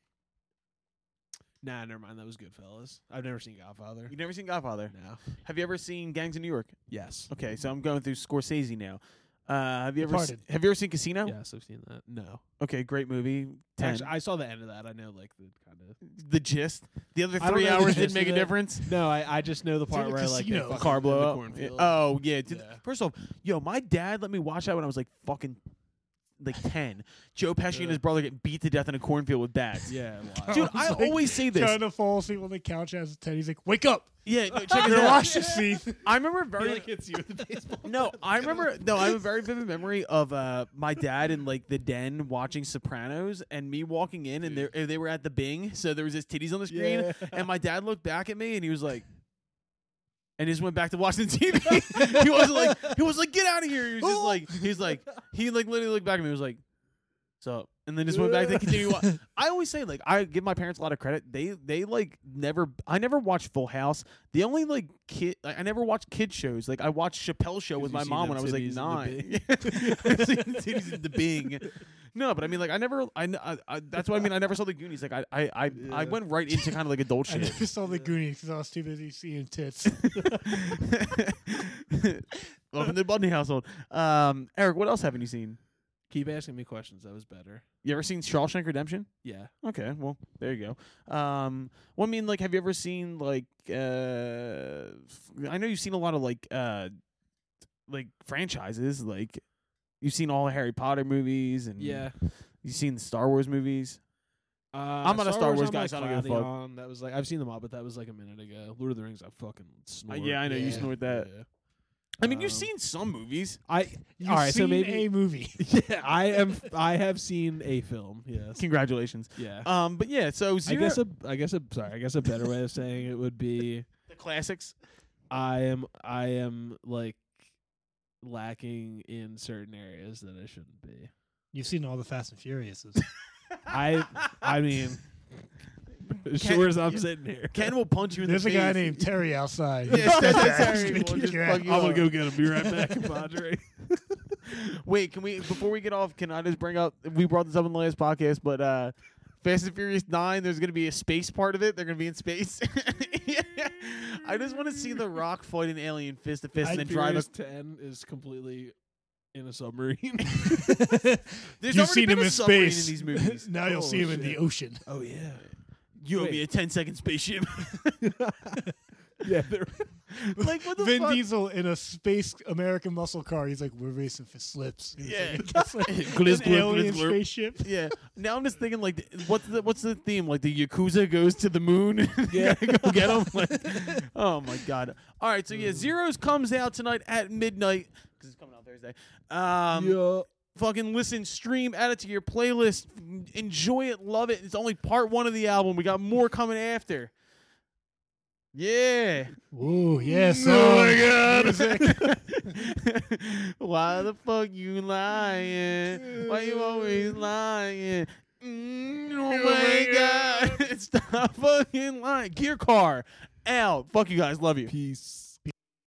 S2: Nah, never mind. That was Goodfellas. I've never seen Godfather.
S1: You've never seen Godfather.
S2: No.
S1: Have you ever seen Gangs of New York?
S2: Yes.
S1: Okay, so I'm going through Scorsese now. Uh, have you ever se-
S3: Departed.
S1: have you ever seen Casino?
S2: Yes, I've seen that. No.
S1: Okay, great movie. Ten.
S2: Actually, I saw the end of that. I know like the kind of.
S1: the gist. The other
S2: I don't
S1: three
S2: know the
S1: hours
S2: gist
S1: didn't make
S2: of
S1: a
S2: it.
S1: difference.
S2: No, I, I just know the part
S3: in a
S2: where like they
S3: casino.
S2: fucking
S1: Car
S2: in the
S1: blow up.
S2: cornfield.
S1: Oh yeah. Did-
S2: Yeah.
S1: First off, yo, my dad let me watch that when I was like fucking like ten. Joe Pesci
S2: Yeah.
S1: and his brother get beat to death in a cornfield with bats.
S2: Yeah.
S3: I
S1: Dude,
S3: was
S1: I
S3: like,
S1: always say this.
S3: trying to fall asleep on the couch as Ted. He's like, "Wake up!
S1: Yeah, no, check
S3: You're
S1: it out.
S3: washing teeth."
S1: I remember very
S2: like hits you with the baseball.
S1: no. I remember no. I have a very vivid memory of uh, my dad in like the den watching Sopranos, and me walking in, and they and they were at the Bing, so there was his titties on the screen,
S2: Yeah.
S1: and my dad looked back at me, and he was like. And he just went back to watching TV. he wasn't like he was like get out of here. He was just like he was like he like literally looked back at me. and was like, "So," and then just went back to continue. wa- I always say like I give my parents a lot of credit. They they like never I never watched Full House. The only like kid like, I never watched kid shows. Like I watched Chappelle show with
S2: 'Cause you
S1: my
S2: seen
S1: mom when I
S2: them
S1: was like
S2: titties
S1: nine.
S2: in
S1: I've seen the titties in the Bing. No, but I mean like I never I, kn- I, I that's what I mean. I never saw the Goonies. Like I I I, I
S2: Yeah.
S1: went right into kind of like adult
S3: I
S1: shit.
S3: never saw the Goonies because I was too busy seeing tits.
S1: Welcome to the Bundy household. Um, Eric, what else haven't you seen?
S2: Keep asking me questions. That was better.
S1: You ever seen Shawshank Redemption?
S2: Yeah.
S1: Okay, well, there you go. Um, well, I mean, like, have you ever seen like? Uh, f- I know you've seen a lot of like, uh, like franchises. Like, you've seen all the Harry Potter movies, and
S2: Yeah.
S1: you've seen the Star Wars movies.
S2: Uh,
S1: I'm not a Star Wars guy, so I don't give a fuck.
S2: On. That was like I've seen them all, but that was like a minute ago. Lord of the Rings, I fucking snort.
S1: Uh, yeah, I know,
S3: you
S1: snort that.
S2: Yeah.
S1: I mean, you've
S2: Um,
S1: seen some movies.
S2: I
S3: You've
S2: all right.
S3: seen
S2: So maybe
S3: a movie.
S2: yeah, I am. I have seen a film. Yes.
S1: Congratulations.
S2: Yeah.
S1: Um, but yeah, so
S2: I
S1: zero,
S2: guess a. I guess a. Sorry. I guess a better way of saying it would be
S1: the classics.
S2: I am. I am like lacking in certain areas that I shouldn't be.
S3: You've seen all the Fast and Furious.
S2: I. I mean, as
S1: Ken-
S2: sure as I'm sitting here,
S1: Ken will punch you in
S3: There's
S1: the
S3: a
S1: face.
S3: guy named Terry outside.
S1: Yes, that's
S3: He's
S1: Terry.
S3: gonna
S1: We'll
S3: kick
S1: just
S3: your
S1: fuck
S3: ass.
S1: you uh, I'm gonna up.
S2: go get him. Be right back, compadre.
S1: Wait, can we before we get off? Can I just bring up? We brought this up in the last podcast, but uh Fast and Furious Nine. There's gonna be a space part of it. They're gonna be in space. I just want to see The Rock fight an alien fist to fist and then drive. A,
S2: Furious Ten is completely in a submarine.
S1: there's
S3: You've
S1: already
S3: seen
S1: been
S3: him
S1: a
S3: in
S1: submarine
S3: space.
S1: in these movies.
S3: now you'll
S2: Oh,
S3: see him in the
S2: shit.
S3: ocean.
S2: oh yeah,
S1: You owe me
S2: Wait.
S1: a 10 second spaceship.
S2: yeah. There,
S1: like what the
S3: Vin
S1: fuck?
S3: Diesel in a space American muscle car. He's like, we're racing for slips. And
S1: Yeah.
S3: it's like, it's like
S1: Glizz, glizz,
S3: an alien
S1: glizz, glizz.
S3: spaceship.
S1: Yeah. Now I'm just thinking like, th- what's the what's the theme? Like the yakuza goes to the moon. Yeah. go get them. oh my god. All right. So yeah, Zeros comes out tonight at midnight because it's coming out Thursday. Um, Fucking listen, stream, add it to your playlist, n- enjoy it, love it. It's only part one of the album. We got more coming after. Yeah.
S3: Whoa, yeah. So
S1: um, Why the fuck you lying? Why you always lying? Mm, oh my god. Stop fucking lying. Gear car out. Fuck you guys. Love you.
S2: Peace.